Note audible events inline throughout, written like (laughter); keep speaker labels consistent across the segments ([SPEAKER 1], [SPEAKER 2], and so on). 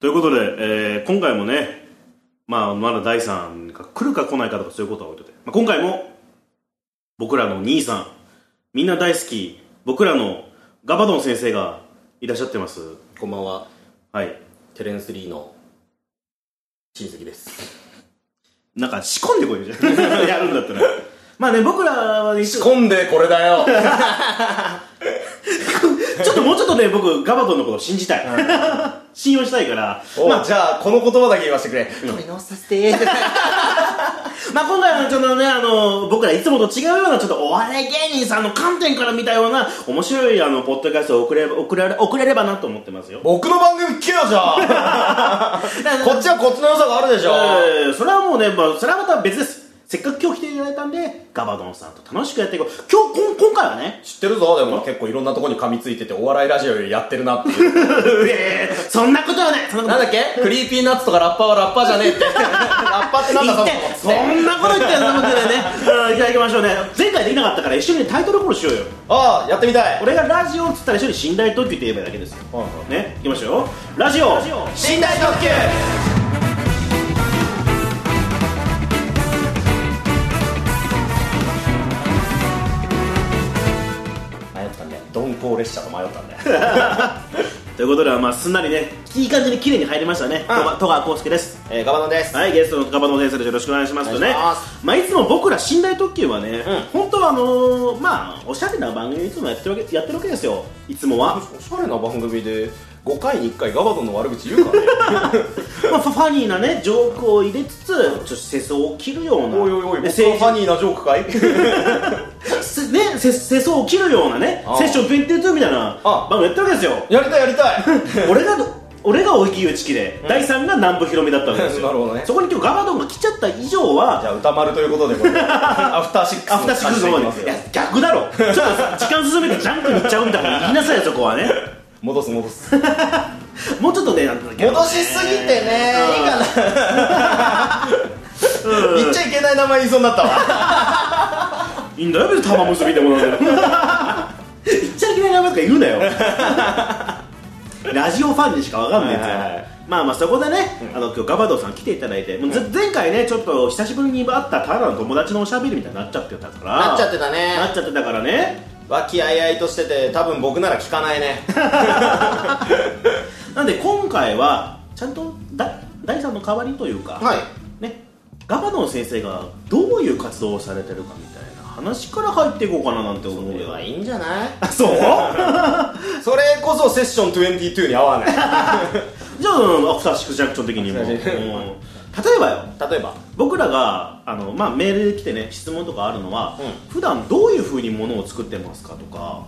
[SPEAKER 1] ということで、えー今回もね、まあ、まだ第3が来るか来ないかとかそういうことは置いといて、まあ、今回も、僕らの兄さん、みんな大好き、僕らのガバドン先生がいらっしゃってます。
[SPEAKER 2] こんばんは、
[SPEAKER 1] はい。
[SPEAKER 2] テレンス・リーの親戚です。
[SPEAKER 1] なんか仕込んでこいよじ (laughs) ゃん。やるんだったら。まあね、僕らは一緒、
[SPEAKER 2] 込んでこれだよ
[SPEAKER 1] ちょっともうちょっとね、僕、ガバドンのことを信じたい。 (laughs) 信用したいから、まあ
[SPEAKER 2] (laughs) まあ、じゃあ、この言葉だけ言わせてくれ。取り直させ (laughs) て
[SPEAKER 1] まあ今回はちょっとね、あの、僕らいつもと違うような、ちょっとお笑い芸人さんの観点から見たような、面白い、あの、ポッドキャストを送れ、 (laughs) 送られ、送れればなと思ってますよ。
[SPEAKER 2] 僕の番組聞けよ、じゃあ (laughs) こっちはこっちの良さがあるでしょ
[SPEAKER 1] えーそれはもうね、まあ、それはまた別です。せっかく今日来ていただいたんで、ガバドンさんと楽しくやっていこう。今日、こん今回はね、
[SPEAKER 2] 知ってるぞ、でも結構いろんなとこに噛みついてて、お笑いラジオよりやってるなっていう。
[SPEAKER 1] えーそんなことはないそんな
[SPEAKER 2] なん
[SPEAKER 1] こと
[SPEAKER 2] だっけクリーピーナッツとかラッパーはラッパーじゃねえって。ラッパーってなんだ
[SPEAKER 1] 言って、そんなこと言ってんのと思ってね、うんいただきましょうね。前回できなかったから一緒にタイトルコールしようよ。
[SPEAKER 2] ああ、やってみたい。
[SPEAKER 1] 俺がラジオっつったら一緒に信頼特急って言えばいいだけですよ。ね、いきましょうよ。ラジオ、
[SPEAKER 2] 寝台特急迷ったね鈍行列車と迷ったんだよ
[SPEAKER 1] ということで、まあ、すんなりね、いい感じに綺麗に入りましたね。戸川戸川康介です。
[SPEAKER 2] えー、ガバナです、
[SPEAKER 1] はい、ゲストの戸川の先生です。よろしくお願いしますとね。
[SPEAKER 2] お願いします
[SPEAKER 1] まあ、いつも僕ら寝台特急はね、
[SPEAKER 2] うん
[SPEAKER 1] 本当はあのーまあ、おしゃれな番組いつもやってるわけ、やってるわけですよ。いつも
[SPEAKER 2] (laughs)
[SPEAKER 1] は。
[SPEAKER 2] おしゃれな番組で5回に1回ガバドンの悪口言うからね
[SPEAKER 1] まあ、ファニーなね、ジョークを入れつつ、ちょっと世相を切るような。
[SPEAKER 2] おいおいおい僕
[SPEAKER 1] ね
[SPEAKER 2] の
[SPEAKER 1] 政
[SPEAKER 2] フ
[SPEAKER 1] 治
[SPEAKER 2] ァニーなジョークかい
[SPEAKER 1] せね、せ世相を切るようなね
[SPEAKER 2] あ、あ
[SPEAKER 1] セッション22みたいな
[SPEAKER 2] ああ
[SPEAKER 1] 番組やってるわけですよ。
[SPEAKER 2] やりたいやりたい (laughs)
[SPEAKER 1] 俺が俺が大木祐樹で、第3が南部ひろみだったわけですよ
[SPEAKER 2] (laughs) なるほどね
[SPEAKER 1] そこに今日ガバドンが来ちゃった以上は
[SPEAKER 2] じゃあ歌丸ということでこれアフターシックス
[SPEAKER 1] アフターシックスの方
[SPEAKER 2] 感じでいきます
[SPEAKER 1] で
[SPEAKER 2] よ
[SPEAKER 1] いや逆だろちょっとさ時間進めてジャンクに行っちゃうんだ
[SPEAKER 2] (laughs)
[SPEAKER 1] から言いなさいよそこはね
[SPEAKER 2] 戻す戻す戻
[SPEAKER 1] もうちょっとね
[SPEAKER 2] しすぎてねいいかな
[SPEAKER 1] うん
[SPEAKER 2] 言っちゃいけない名前言いそうになったわ
[SPEAKER 1] いいんだよ別に玉結びでもなんでも言っちゃいけない名前とか言うなよラジオファンにしかわかんないやつだから
[SPEAKER 2] はいはいはい
[SPEAKER 1] まあまあそこでね、あの今日ガバドウさん来ていただいて、もうぜ前回ねちょっと久しぶりに会ったただの友達のおしゃべりみたいになっちゃってたから
[SPEAKER 2] なっちゃってたね
[SPEAKER 1] なっちゃってたからね
[SPEAKER 2] 和気あいあいとしてて多分僕なら聞かないね
[SPEAKER 1] なんで今回はちゃんとだ第三の代わりというか、
[SPEAKER 2] はい
[SPEAKER 1] ね、ガバドン先生がどういう活動をされてるかみたいな話から入っていこうかななんて思うよ
[SPEAKER 2] いいんじゃない
[SPEAKER 1] そうじゃあ、
[SPEAKER 2] それこそセッション22に合わない
[SPEAKER 1] うん、アフターシックスジャンクション的にも、
[SPEAKER 2] アフターシックス
[SPEAKER 1] うん例えばよ
[SPEAKER 2] 例えば
[SPEAKER 1] 僕らがあの、まあ、メールで来てね質問とかあるのは、
[SPEAKER 2] う
[SPEAKER 1] 普段どういうふうにものを作ってますかとか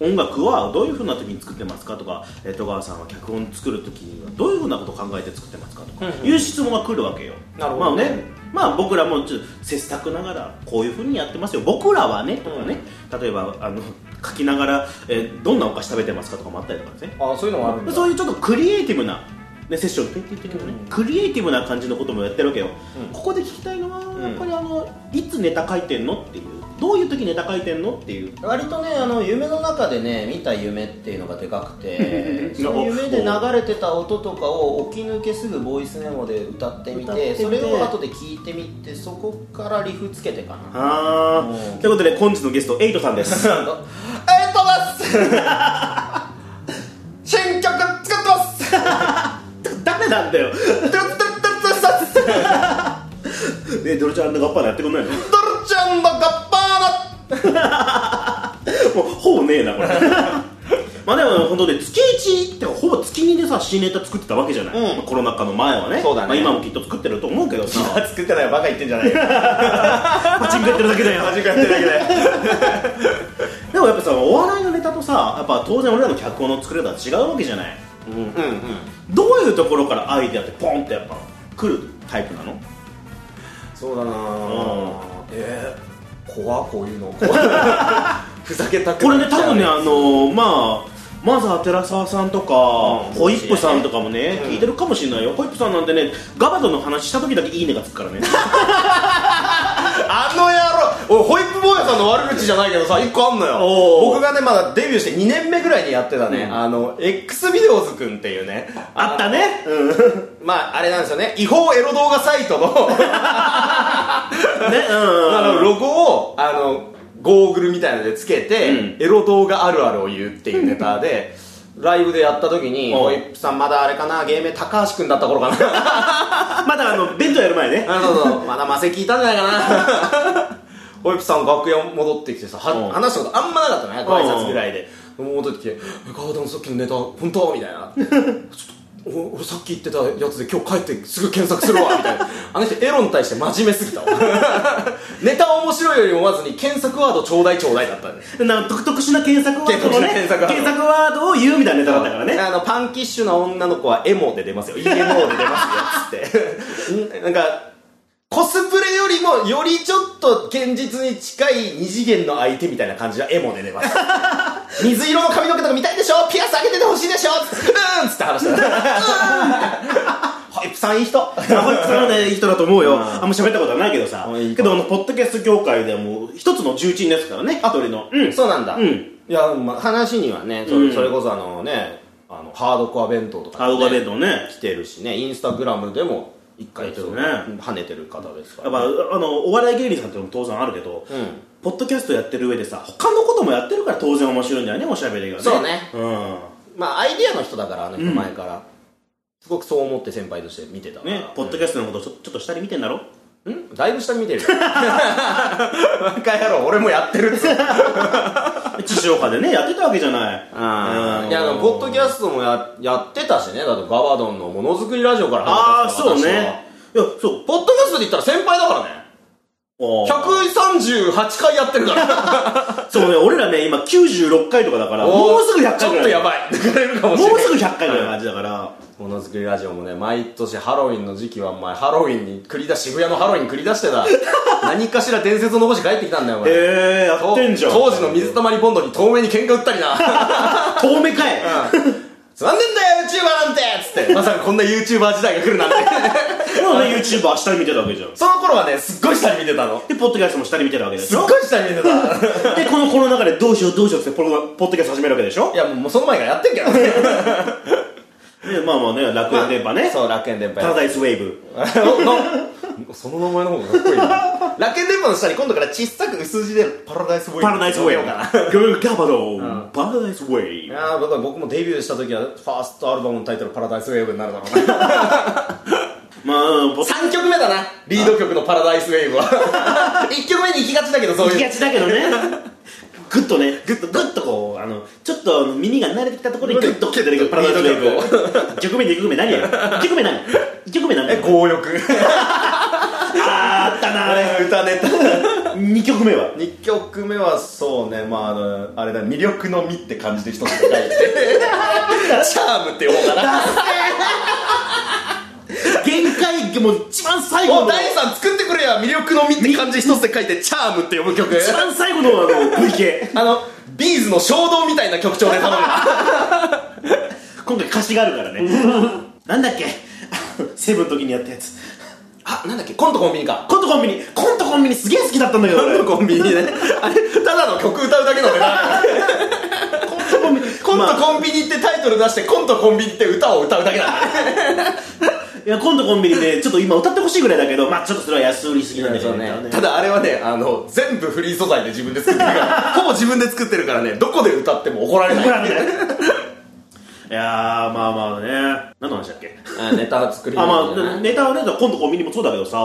[SPEAKER 1] 音楽はどういうふうな時に作ってますかとかえー戸川さんは脚本作る時にはどういうふうなことを考えて作ってますかとか
[SPEAKER 2] うんうん
[SPEAKER 1] いう質問が来るわけよ、
[SPEAKER 2] なるほど
[SPEAKER 1] まあねまあ、僕らもちょっと切磋琢磨ながらこういうふうにやってますよ僕らはねとかね、例えばあの書きながら、えーどんなお菓子食べてますかとかもあったりとかですね
[SPEAKER 2] あそういうのもあるんだ
[SPEAKER 1] そういうちょっとクリエイティブな、ね、セッションって言ってるけどね、
[SPEAKER 2] うん
[SPEAKER 1] クリエイティブな感じのこともやってるわけよ、
[SPEAKER 2] うん
[SPEAKER 1] ここで聞きたいのは、
[SPEAKER 2] ん
[SPEAKER 1] やっぱりあのいつネタ書いてんのっていうどういう時ネタ書いてんのっていう
[SPEAKER 3] 割とねあの夢の中でね見た夢っていうのがでかく
[SPEAKER 2] (laughs)
[SPEAKER 3] て
[SPEAKER 1] うん
[SPEAKER 3] その夢で流れてた音とかを起き抜けすぐボイスメモで歌ってみ
[SPEAKER 1] 歌
[SPEAKER 3] て
[SPEAKER 1] ってみて
[SPEAKER 3] それを後で聞いてみてそこからリフつけてかな
[SPEAKER 1] あ
[SPEAKER 3] う
[SPEAKER 1] あ
[SPEAKER 3] ん
[SPEAKER 1] ということで本日のゲストエイトさんです
[SPEAKER 2] (laughs)
[SPEAKER 3] あの
[SPEAKER 2] えっとます新曲作って (laughs) ます
[SPEAKER 1] 誰なん (laughs) だよ
[SPEAKER 2] ドルドルドルドルサスドル
[SPEAKER 1] ねドルちゃんのガッパーナやってくんないのも
[SPEAKER 2] ちゃんのガッパー
[SPEAKER 1] うほぼねえなこ
[SPEAKER 2] (laughs)
[SPEAKER 1] れまあでも本当ね月1ってほぼ月2でさ新ネタ作ってたわけじゃない、
[SPEAKER 2] うん
[SPEAKER 1] まあコロナ禍の前はね
[SPEAKER 2] そうだね
[SPEAKER 1] まあ、今もきっと作ってると思うけどさ
[SPEAKER 2] (laughs) ナ作ってないよバカ言ってんじゃない
[SPEAKER 1] (laughs)
[SPEAKER 2] よ
[SPEAKER 1] パチンコやってるだけだよ
[SPEAKER 2] マジかやってるだけだよ
[SPEAKER 1] でもやっぱさお笑いのネタとさやっぱ当然俺らの脚本の作り方は違うわけじゃない、
[SPEAKER 2] うんうん
[SPEAKER 1] どういうところからアイデアってポンってやっぱ来るタイプなの
[SPEAKER 2] そうだ
[SPEAKER 1] う
[SPEAKER 2] な
[SPEAKER 1] ん
[SPEAKER 2] えー、怖こういうの怖ふざけたく
[SPEAKER 1] これね
[SPEAKER 2] なっち
[SPEAKER 1] 多
[SPEAKER 2] ゃう
[SPEAKER 1] 分ねあのまあマザー寺澤さんとか、
[SPEAKER 2] うん
[SPEAKER 1] ホイップさんとかもね、
[SPEAKER 2] うん
[SPEAKER 1] 聞いてるかもしれないよホイップさんなんてねガバドの話した時だけいいねがつくからね
[SPEAKER 2] あの野郎俺ホイップ坊やさんの悪口じゃないけどさ一個あんのよ
[SPEAKER 1] おー
[SPEAKER 2] 僕がねまだデビューして2年目ぐらいにやってたね、あの X ビデオズくんっていうね
[SPEAKER 1] あったねうんね
[SPEAKER 2] まああれなんですよね違法エロ動画サイトの
[SPEAKER 1] うん
[SPEAKER 2] あのロゴをあのゴーグルみたいのでつけて、
[SPEAKER 1] うん
[SPEAKER 2] エロ動画あるあるを言うっていうネタで、ライブでやった時に
[SPEAKER 1] おう
[SPEAKER 2] ホイップさんまだあれかな芸名高橋くんだった頃かな
[SPEAKER 1] まだあの弁当やる前ね
[SPEAKER 2] あそうそうまだマセ聞いたんじゃないかな (laughs) ホイップさん楽屋戻ってきてさ
[SPEAKER 1] お
[SPEAKER 2] は
[SPEAKER 1] う
[SPEAKER 2] 話したことあんまなかったのねご挨拶ぐらいで戻ってきて「ガードンさっきのネタ本当?」みたい (laughs) なちょっとお俺さっき言ってたやつで今日帰ってすぐ検索するわみたいなあの人エロに対して真面目すぎたわ (laughs) ネタ面白いよりもまずに検索ワードちょうだいちょうだいだったんです
[SPEAKER 1] なんか特特殊な検索ワードのね
[SPEAKER 2] 検索な検索ワード
[SPEAKER 1] ワードを言うみたいなネタだったからね
[SPEAKER 2] あのパンキッシュな女の子はエモで出ますよイエモで出ますよつってんなんかコスプレよりもよりちょっと現実に近い二次元の相手みたいな感じはエモで出ます
[SPEAKER 1] (laughs)
[SPEAKER 2] 水色の髪の毛とか見たいでしょピアス開けててほしいでしょつってうーんっつって話
[SPEAKER 1] (laughs)
[SPEAKER 2] したホイップさんいい人
[SPEAKER 1] あホイップさんはねいい人だと思うよ、
[SPEAKER 2] うん
[SPEAKER 1] あんま喋ったことはないけどさ
[SPEAKER 2] うんいい
[SPEAKER 1] けどあのポッドキャスト業界ではもう一つの重鎮ですからね一人のうん
[SPEAKER 2] そうなんだ、
[SPEAKER 1] うん
[SPEAKER 2] いや、まあ、話にはねそ,、
[SPEAKER 1] うん
[SPEAKER 2] それこそあのねあのハードコア弁当とか、ね、
[SPEAKER 1] ハードコア弁当ね
[SPEAKER 2] 来てるしねインスタグラムでも一回
[SPEAKER 1] そうね
[SPEAKER 2] 跳ねてる方ですか
[SPEAKER 1] や
[SPEAKER 2] ら
[SPEAKER 1] っ
[SPEAKER 2] ね、
[SPEAKER 1] ぱあのお笑い芸人さんっていうのも当然あるけど、
[SPEAKER 2] うん
[SPEAKER 1] ポッドキャストやってる上でさ他のこともやってるから当然面白いんだよねおしゃべりがね
[SPEAKER 2] そうね
[SPEAKER 1] うん
[SPEAKER 2] まあアイディアの人だからあの人
[SPEAKER 1] うん
[SPEAKER 2] 前から、すごくそう思って先輩として見てたから
[SPEAKER 1] ね、ポッドキャストのことちょちょっと下に見てんだろ
[SPEAKER 2] んだいぶ下見てるよバカ野郎俺もやってるっつって
[SPEAKER 1] 地上波でねやってたわけじゃない
[SPEAKER 2] いやあのポッドキャストもややってたしねだとガバドンのものづくりラジオから
[SPEAKER 1] ああー
[SPEAKER 2] 始ま
[SPEAKER 1] そう
[SPEAKER 2] ったから私は
[SPEAKER 1] ねいやそう
[SPEAKER 2] ポッドキャストで言ったら先輩だからね
[SPEAKER 1] あー
[SPEAKER 2] 138回やってるから
[SPEAKER 1] (laughs) そうね俺らね今96回とかだからもうすぐ100
[SPEAKER 2] ち
[SPEAKER 1] 回
[SPEAKER 2] ょっ
[SPEAKER 1] ぐ
[SPEAKER 2] と
[SPEAKER 1] らい
[SPEAKER 2] やばい抜かれるかもしれない
[SPEAKER 1] (laughs) もうすぐ100回ぐらいの感じだから
[SPEAKER 2] ものづくりラジオもね毎年ハロウィンの時期はお前ハロウィンに繰り出し渋谷のハロウィンに繰り出してた (laughs) 何かしら伝説を残して帰ってきたんだよお前
[SPEAKER 1] へえや
[SPEAKER 2] と
[SPEAKER 1] ってんじゃん
[SPEAKER 2] 当時の水溜りボンドに透明に喧嘩売ったりな (laughs)
[SPEAKER 1] 遠目かい
[SPEAKER 2] つまんでんだよ YouTuber なんて
[SPEAKER 1] (laughs)
[SPEAKER 2] つってまさかこんな YouTuber 時代が来るなんて
[SPEAKER 1] でもね YouTuber 下に見てたわけじゃんで
[SPEAKER 2] その頃はねすっごい下に見てたの
[SPEAKER 1] ポッドキャストも下に見てるわけです
[SPEAKER 2] すっ
[SPEAKER 1] よ
[SPEAKER 2] ごい下に見て
[SPEAKER 1] (laughs)
[SPEAKER 2] た
[SPEAKER 1] でこのコロナ禍でどうしようどうしようってポロポッドキャスト始めるわけでしょ
[SPEAKER 2] いやもうその前からやってんけどね
[SPEAKER 1] でまあまあね楽園電波ね
[SPEAKER 2] (laughs) そう楽園電波
[SPEAKER 1] パ
[SPEAKER 2] や
[SPEAKER 1] ラダイスウェーブ
[SPEAKER 2] の (laughs) その名前の方がかっこい
[SPEAKER 1] (laughs)
[SPEAKER 2] いな楽園電波の下に今度から小さく薄字でパラダイスボーイ
[SPEAKER 1] パラダイスウェーブ
[SPEAKER 2] な
[SPEAKER 1] ガバドンパラダイスウェ
[SPEAKER 2] い
[SPEAKER 1] ーブ
[SPEAKER 2] やー僕は僕もデビューした時はファーストアルバムのタイトル「パラダイスウェーブ」になるだろうな
[SPEAKER 1] まあポッ
[SPEAKER 2] 3曲目だなリード曲の「パラダイスウェーブは」1曲目 (laughs) に行きがちだけどそう
[SPEAKER 1] 行き
[SPEAKER 2] い
[SPEAKER 1] が
[SPEAKER 2] う
[SPEAKER 1] ちだけどねグッとねグッとグッとこうあのちょっとあの耳が慣れてきたところにグッとこう出てくるパラダイスウェーブ1曲目2曲目何や1曲目何1曲目何
[SPEAKER 2] え強欲
[SPEAKER 1] あーあったなあれ
[SPEAKER 2] 歌ネタ
[SPEAKER 1] 2曲目は
[SPEAKER 2] 2曲目はそうねまああのあれだ魅力の「み」って感じで一つ (laughs) 書いてチャームって呼ぼうかな
[SPEAKER 1] 限界もう一番最後
[SPEAKER 2] もう
[SPEAKER 1] の
[SPEAKER 2] 第3作ってくれや魅力の「み」って漢字一つで書いて「チャーム」って呼ぶ (laughs) 曲
[SPEAKER 1] 一番最後のあの
[SPEAKER 2] (laughs)
[SPEAKER 1] VK
[SPEAKER 2] あのビーズの衝動みたいな曲調で頼むな
[SPEAKER 1] 今回歌詞があるからねなんだっけセブンの時にやったやつ
[SPEAKER 2] (laughs) あなんだっけコントコンビニか
[SPEAKER 1] コントコンビニコントコンビニすげえ好きだったんだけど俺
[SPEAKER 2] コンビニねあれただの曲歌うだけのネタ
[SPEAKER 1] コントコンビニ
[SPEAKER 2] コン
[SPEAKER 1] ま
[SPEAKER 2] ト
[SPEAKER 1] あ
[SPEAKER 2] コンビニってタイトル出してコントコンビニって歌を歌うだけなんだね
[SPEAKER 1] いや、今度コンビニで、ちょっと今歌ってほしいぐらいだけど、まあちょっとそれは安売りすぎなんだけど
[SPEAKER 2] ただあれはねあの全部フリー素材で自分で作ってるから (laughs) ほぼ自分で作ってるからねどこで歌っても怒られない
[SPEAKER 1] 怒られない。いやー、まあまあね。何の話だっけ
[SPEAKER 2] あネタ作り
[SPEAKER 1] あ、ま
[SPEAKER 2] 物
[SPEAKER 1] あ、
[SPEAKER 2] ね
[SPEAKER 1] ネタはね、今度コンビニもそうだけどさ、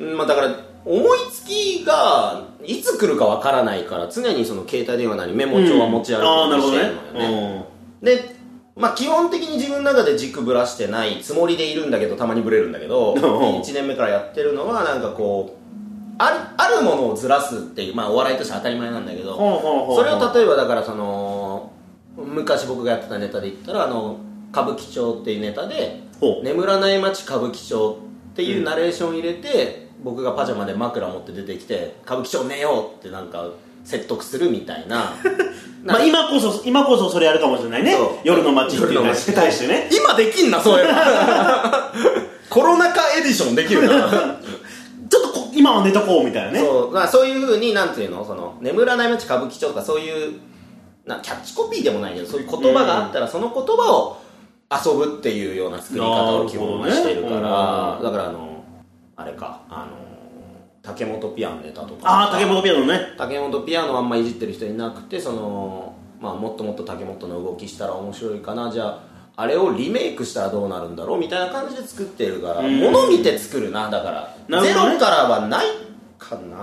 [SPEAKER 2] うんまあだから思いつきがいつ来るかわからないから常にその携帯電話なりメモ帳は持ち歩く
[SPEAKER 1] ああー、な
[SPEAKER 2] よう
[SPEAKER 1] る
[SPEAKER 2] に
[SPEAKER 1] ほ
[SPEAKER 2] して
[SPEAKER 1] ど
[SPEAKER 2] る
[SPEAKER 1] ね
[SPEAKER 2] のよね,、。で、まあ、基本的に自分の中で軸ぶらしてないつもりでいるんだけどたまにぶれるんだけど
[SPEAKER 1] うん
[SPEAKER 2] 1年目からやってるのはなんかこうあるあるものをずらすっていう、まあ、お笑いとして当たり前なんだけど
[SPEAKER 1] ほうほうほうほう
[SPEAKER 2] それを例えばだからその昔僕がやってたネタで言ったらあの歌舞伎町っていうネタで
[SPEAKER 1] ほ
[SPEAKER 2] 「
[SPEAKER 1] う
[SPEAKER 2] 眠らない街歌舞伎町」っていうナレーション入れて、僕がパジャマで枕持って出てきて「歌舞伎町寝よう」ってなんか説得するみたいな
[SPEAKER 1] (laughs) まあ今こそ、今こそそれやるかもしれないね
[SPEAKER 2] そう。
[SPEAKER 1] 夜の街っていうのに対してね。 (laughs)
[SPEAKER 2] 今で (laughs) きんなそういうのコロナ禍エディションできるな
[SPEAKER 1] ちょっとこ今は寝とこうみたいなね
[SPEAKER 2] (laughs) そうまあ、そういうふうになんていうのその眠らない街歌舞伎町とかそういうなキャッチコピーでもないけどそういう言葉があったらその言葉を遊ぶっていうような作り方を基本はしてるから
[SPEAKER 1] なるほ
[SPEAKER 2] だからあのあれかあの竹本ピアノネタとか
[SPEAKER 1] ああ竹本ピアノね
[SPEAKER 2] 竹本ピアノあんまいじってる人いなくてその、まあ、もっともっと竹本の動きしたら面白いかなじゃああれをリメイクしたらどうなるんだろうみたいな感じで作ってるから
[SPEAKER 1] ん
[SPEAKER 2] 物見て作るなだから
[SPEAKER 1] なる
[SPEAKER 2] ゼ
[SPEAKER 1] ほどね
[SPEAKER 2] ロからはないかな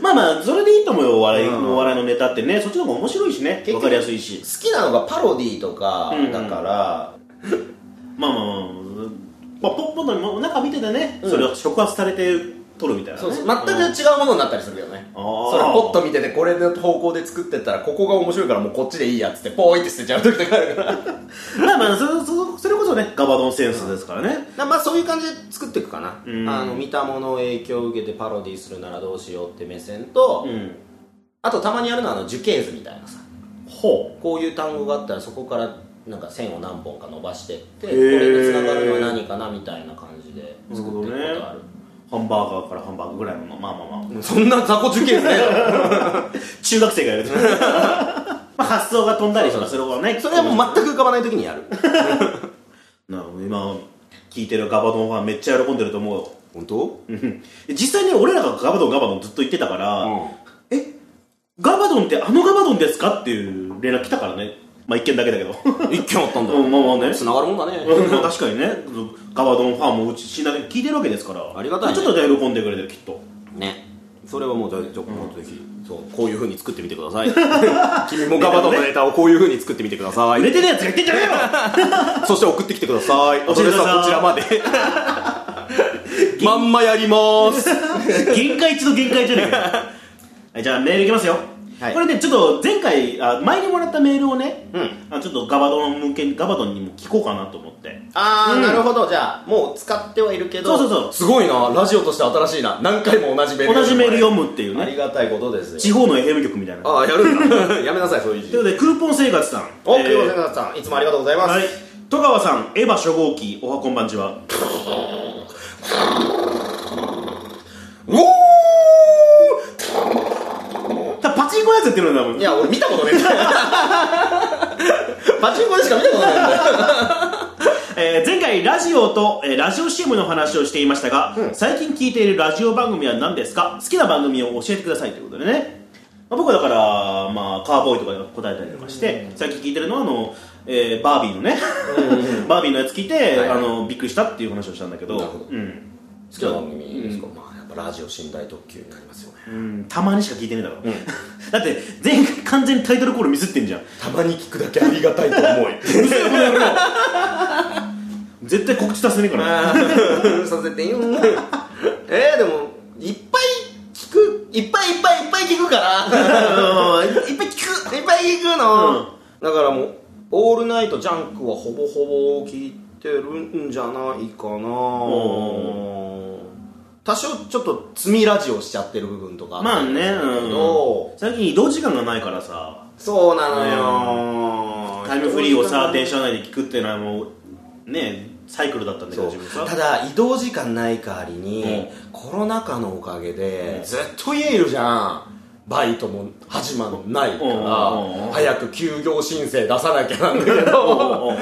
[SPEAKER 1] まあまあそれでいいと思うよお笑いのお笑いのネタってねそっちの方が面白いしね
[SPEAKER 2] 局
[SPEAKER 1] わかりやすいし
[SPEAKER 2] 好きなのがパロディーとか
[SPEAKER 1] うん
[SPEAKER 2] だから、
[SPEAKER 1] まあまあまあまあポッポの中見ててねそれを触発されて撮るみたいなね
[SPEAKER 2] そうそう
[SPEAKER 1] うん
[SPEAKER 2] 全く違うものになったりするけどね、
[SPEAKER 1] あー
[SPEAKER 2] それポッと見ててこれの方向で作ってったらここが面白いからもうこっちでいいやっつってポーイって捨てちゃう時とかあるから
[SPEAKER 1] まあまあそそそれこそねガバドンセンスですからね
[SPEAKER 2] なまあそういう感じで作っていくかな、
[SPEAKER 1] うん
[SPEAKER 2] あの見たものを影響を受けてパロディするならどうしようって目線と、
[SPEAKER 1] うん
[SPEAKER 2] あとたまにやるのはあの樹形図みたいなさ
[SPEAKER 1] ほ
[SPEAKER 2] こういう単語があったらそこからなんか線を何本か伸ばしてってこ
[SPEAKER 1] へー
[SPEAKER 2] れにつながるのは何かなみたいな感じで
[SPEAKER 1] う
[SPEAKER 2] 作っていくことある、
[SPEAKER 1] ハンバーガーからハンバーグぐらいのまあまあまあ
[SPEAKER 2] うんそんな雑魚
[SPEAKER 1] (laughs)
[SPEAKER 2] 樹形図ねえだろ
[SPEAKER 1] 中学生がやると
[SPEAKER 2] (laughs)
[SPEAKER 1] まあ発想が飛んだりとかする方がね
[SPEAKER 2] それはもう全く浮かばない時にやる
[SPEAKER 1] な今聞いてるガバドンファンめっちゃ喜んでると思うよ
[SPEAKER 2] 本当
[SPEAKER 1] うん実際に俺らがガバドンガバドンずっと言ってたから、えガバドンってあのガバドンですかっていう連絡来たからねまあ一件だけだけど
[SPEAKER 2] 一件あったん
[SPEAKER 1] (laughs)
[SPEAKER 2] だ
[SPEAKER 1] うんまあまあね
[SPEAKER 2] つながるもんだね
[SPEAKER 1] うんまあ確かにねガバドンファンもうち死な聞いてるわけですから
[SPEAKER 2] ありがたいね
[SPEAKER 1] ちょっとで喜んでくれてるきっと
[SPEAKER 2] ねそれはもうじゃあちょっとぜひ、そうこういうふうに作ってみてくだ
[SPEAKER 1] (laughs)
[SPEAKER 2] さい君もガバドンのネタをこういうふうに作ってみてくださ
[SPEAKER 1] 売
[SPEAKER 2] い
[SPEAKER 1] れてるやつが言ってんじゃねえよ
[SPEAKER 2] そして送ってきてくださ
[SPEAKER 1] 教え
[SPEAKER 2] いア
[SPEAKER 1] て
[SPEAKER 2] ド
[SPEAKER 1] く
[SPEAKER 2] レ
[SPEAKER 1] だ
[SPEAKER 2] ス
[SPEAKER 1] さい
[SPEAKER 2] はこちらま (laughs) でまんまやります
[SPEAKER 1] 限界一の限界じゃねえ
[SPEAKER 2] (laughs)
[SPEAKER 1] かよはいじゃあメールいきますよ、
[SPEAKER 2] はい
[SPEAKER 1] これねちょっと前回あ前にもらったメールをね、
[SPEAKER 2] うん
[SPEAKER 1] あちょっとガバドン向けにガバドンにも聞こうかなと思って
[SPEAKER 2] ああ、
[SPEAKER 1] うん
[SPEAKER 2] なるほどじゃあもう使ってはいるけど
[SPEAKER 1] そうそうそう
[SPEAKER 2] すごいなラジオとして新しいな何回も同じメール
[SPEAKER 1] 同じメール
[SPEAKER 2] よ
[SPEAKER 1] 読むっていう
[SPEAKER 2] あ
[SPEAKER 1] ね
[SPEAKER 2] りがたいことですよ
[SPEAKER 1] 地方の FM 局みたいな
[SPEAKER 2] ああやるんだ (laughs) やめなさいそういう
[SPEAKER 1] ということでクーポン生活さん
[SPEAKER 2] おっ、
[SPEAKER 1] えー
[SPEAKER 2] 久保田さんいつもありがとうございます、
[SPEAKER 1] はい戸川さんエヴァ初号機おはこんばんちは
[SPEAKER 2] うお
[SPEAKER 1] たパチンコのやつやってるんだも
[SPEAKER 2] ー
[SPEAKER 1] ん
[SPEAKER 2] いや俺見たことねえんだ (laughs) よパチンコでしか見たことないんだよ
[SPEAKER 1] えー前回ラジオと、えーラジオ CM の話をしていましたが、最近聞いているラジオ番組は何ですか好きな番組を教えてくださいということでね、まあ、僕はだから、まあ、カーボーイとかで答えたりとかして、最近聞いてるのはあの、えーバービーのね (laughs) バービーのやつ聞いて、
[SPEAKER 2] はい
[SPEAKER 1] あのびっくりしたっていう話をしたんだけど
[SPEAKER 2] なるほど
[SPEAKER 1] うん
[SPEAKER 2] 好きな番組ですか、まあやっぱラジオ寝台特急になりますよね
[SPEAKER 1] うんたまにしか聞いてねえだろ、 (laughs) だって前回完全にタイトルコールミスってんじゃん
[SPEAKER 2] たまに聞くだけありがたいと (laughs) 思い
[SPEAKER 1] 絶対告知させねえから
[SPEAKER 2] (laughs) させて
[SPEAKER 1] (laughs)
[SPEAKER 2] いいよえー、でもいっぱい聞くいっぱいいっぱいいっぱい聞くから (laughs) いっぱい聞くいっぱい聞くの、だからもう「オールナイトジャンク」はほぼほぼ聞いてるんじゃないかな多少ちょっと積みラジオしちゃってる部分とか
[SPEAKER 1] まあね、
[SPEAKER 2] ど
[SPEAKER 1] うん、最近移動時間がないからさ
[SPEAKER 2] そうなのよ、
[SPEAKER 1] タイムフリーをさ電車内で聞くっていうのはもうねサイクルだったんだけど
[SPEAKER 2] そう
[SPEAKER 1] 自分さ
[SPEAKER 2] ただ移動時間ない代わりに、コロナ禍のおかげで、ずっと家いるじゃんバイトも始まんないから、
[SPEAKER 1] うんうんうん
[SPEAKER 2] 早く休業申請出さなきゃなんだけ
[SPEAKER 1] おう
[SPEAKER 2] ど
[SPEAKER 1] おうおうおう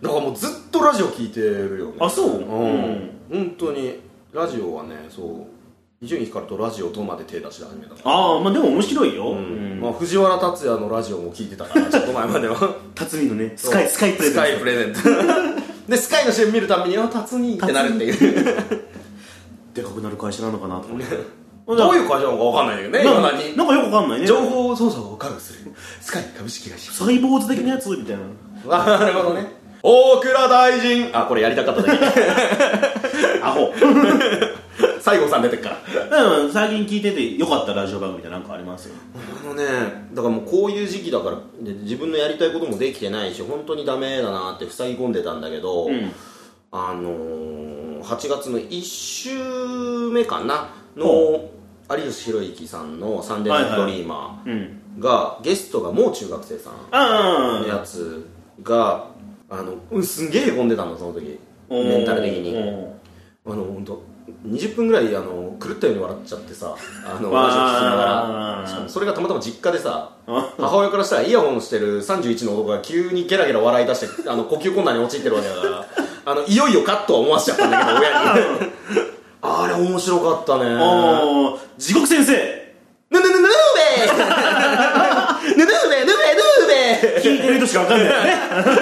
[SPEAKER 2] だからもうずっとラジオ聞いてるよね
[SPEAKER 1] あそう
[SPEAKER 2] うん、
[SPEAKER 1] うん
[SPEAKER 2] 本当にラジオはねそう伊集院光とラジオとまで手出し始めたから
[SPEAKER 1] ああまあでも面白いよ、う
[SPEAKER 2] うん
[SPEAKER 1] ん
[SPEAKER 2] まあ、藤原竜也のラジオも聞いてたからちょっと前までは
[SPEAKER 1] 辰巳のねスカイスカイプレゼント
[SPEAKER 2] (laughs) スカイプレゼントでスカイの CM 見るためには辰にってなるっていう
[SPEAKER 1] でかくなる会社なのかなと思って
[SPEAKER 2] (laughs) どういう会社なのかわかんないんだけどね、
[SPEAKER 1] ないん
[SPEAKER 2] ま
[SPEAKER 1] か
[SPEAKER 2] だに。
[SPEAKER 1] なんかよくわかんないね
[SPEAKER 2] 情報操作を管理する。スカイ株式会社。
[SPEAKER 1] サイボーズ的なやつみたいな
[SPEAKER 2] (laughs) あ、なるほどね。大倉大臣。あ、これやりたかっただ (laughs) け。
[SPEAKER 1] アホ
[SPEAKER 2] 西郷さん出てっから。
[SPEAKER 1] うん最近聞いててよかったラジオ番組ってなんかありますよ
[SPEAKER 2] あのね、だからもうこういう時期だから、で自分のやりたいこともできてないし、本当にダメだなって塞ぎ込んでたんだけど、
[SPEAKER 1] うん
[SPEAKER 2] あのー、8月の1週目かな、の
[SPEAKER 1] ほ、
[SPEAKER 2] 有吉弘行さんのサンデーナイトドリーマ
[SPEAKER 1] うん
[SPEAKER 2] ーが、ゲストがもう中学生さん。
[SPEAKER 1] ああ
[SPEAKER 2] やつがあのうんすんげえ混んでたのその時メンタル的に
[SPEAKER 1] うん
[SPEAKER 2] あの本当
[SPEAKER 4] 20分ぐらいあの狂ったように笑っちゃってさあの
[SPEAKER 1] わー
[SPEAKER 4] ラジオ聞きながらしかもそれがたまたま実家でさ
[SPEAKER 1] あ
[SPEAKER 4] 母親からしたらイヤホンしてる31の男が急にゲラゲラ笑い出してあの呼吸困難に陥ってるわけだからあのいよいよかとは思わせちゃったんだけど親
[SPEAKER 1] (laughs)
[SPEAKER 4] にあれ面白かったねね
[SPEAKER 1] おー地獄先生
[SPEAKER 4] ぬぬぬぬー (laughs) べーぬぬーべーぬべーぬーべー
[SPEAKER 1] 聞いてる人しかわかんないよ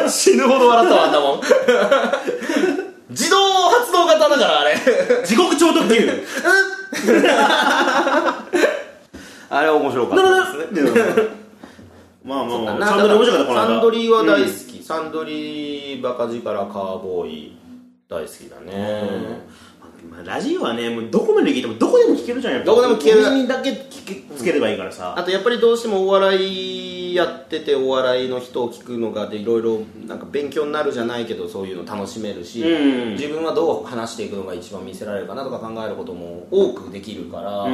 [SPEAKER 1] ね
[SPEAKER 4] 死ぬほど笑ったわあんな
[SPEAKER 1] (laughs)
[SPEAKER 4] もん自動発動型だからあれ
[SPEAKER 1] 地獄超特急
[SPEAKER 4] あれ面白かったですね
[SPEAKER 1] まあまあまあ
[SPEAKER 2] な
[SPEAKER 1] サンドリー面白かったこの間
[SPEAKER 2] サンドリーは大好き、サンドリーバカ力カーボーイ大好きだね、
[SPEAKER 1] まあラジオはねもうどこまで聞いてもどこでも聞けるじゃんやっぱ
[SPEAKER 4] どこでも聞ける
[SPEAKER 1] お耳だけ聞けつければいいからさ、
[SPEAKER 2] あとやっぱりどうしてもお笑いやっててお笑いの人を聞くのがでいろいろなんか勉強になるじゃないけどそういうの楽しめるし、
[SPEAKER 1] うん
[SPEAKER 2] 自分はどう話していくのが一番見せられるかなとか考えることも多くできるからう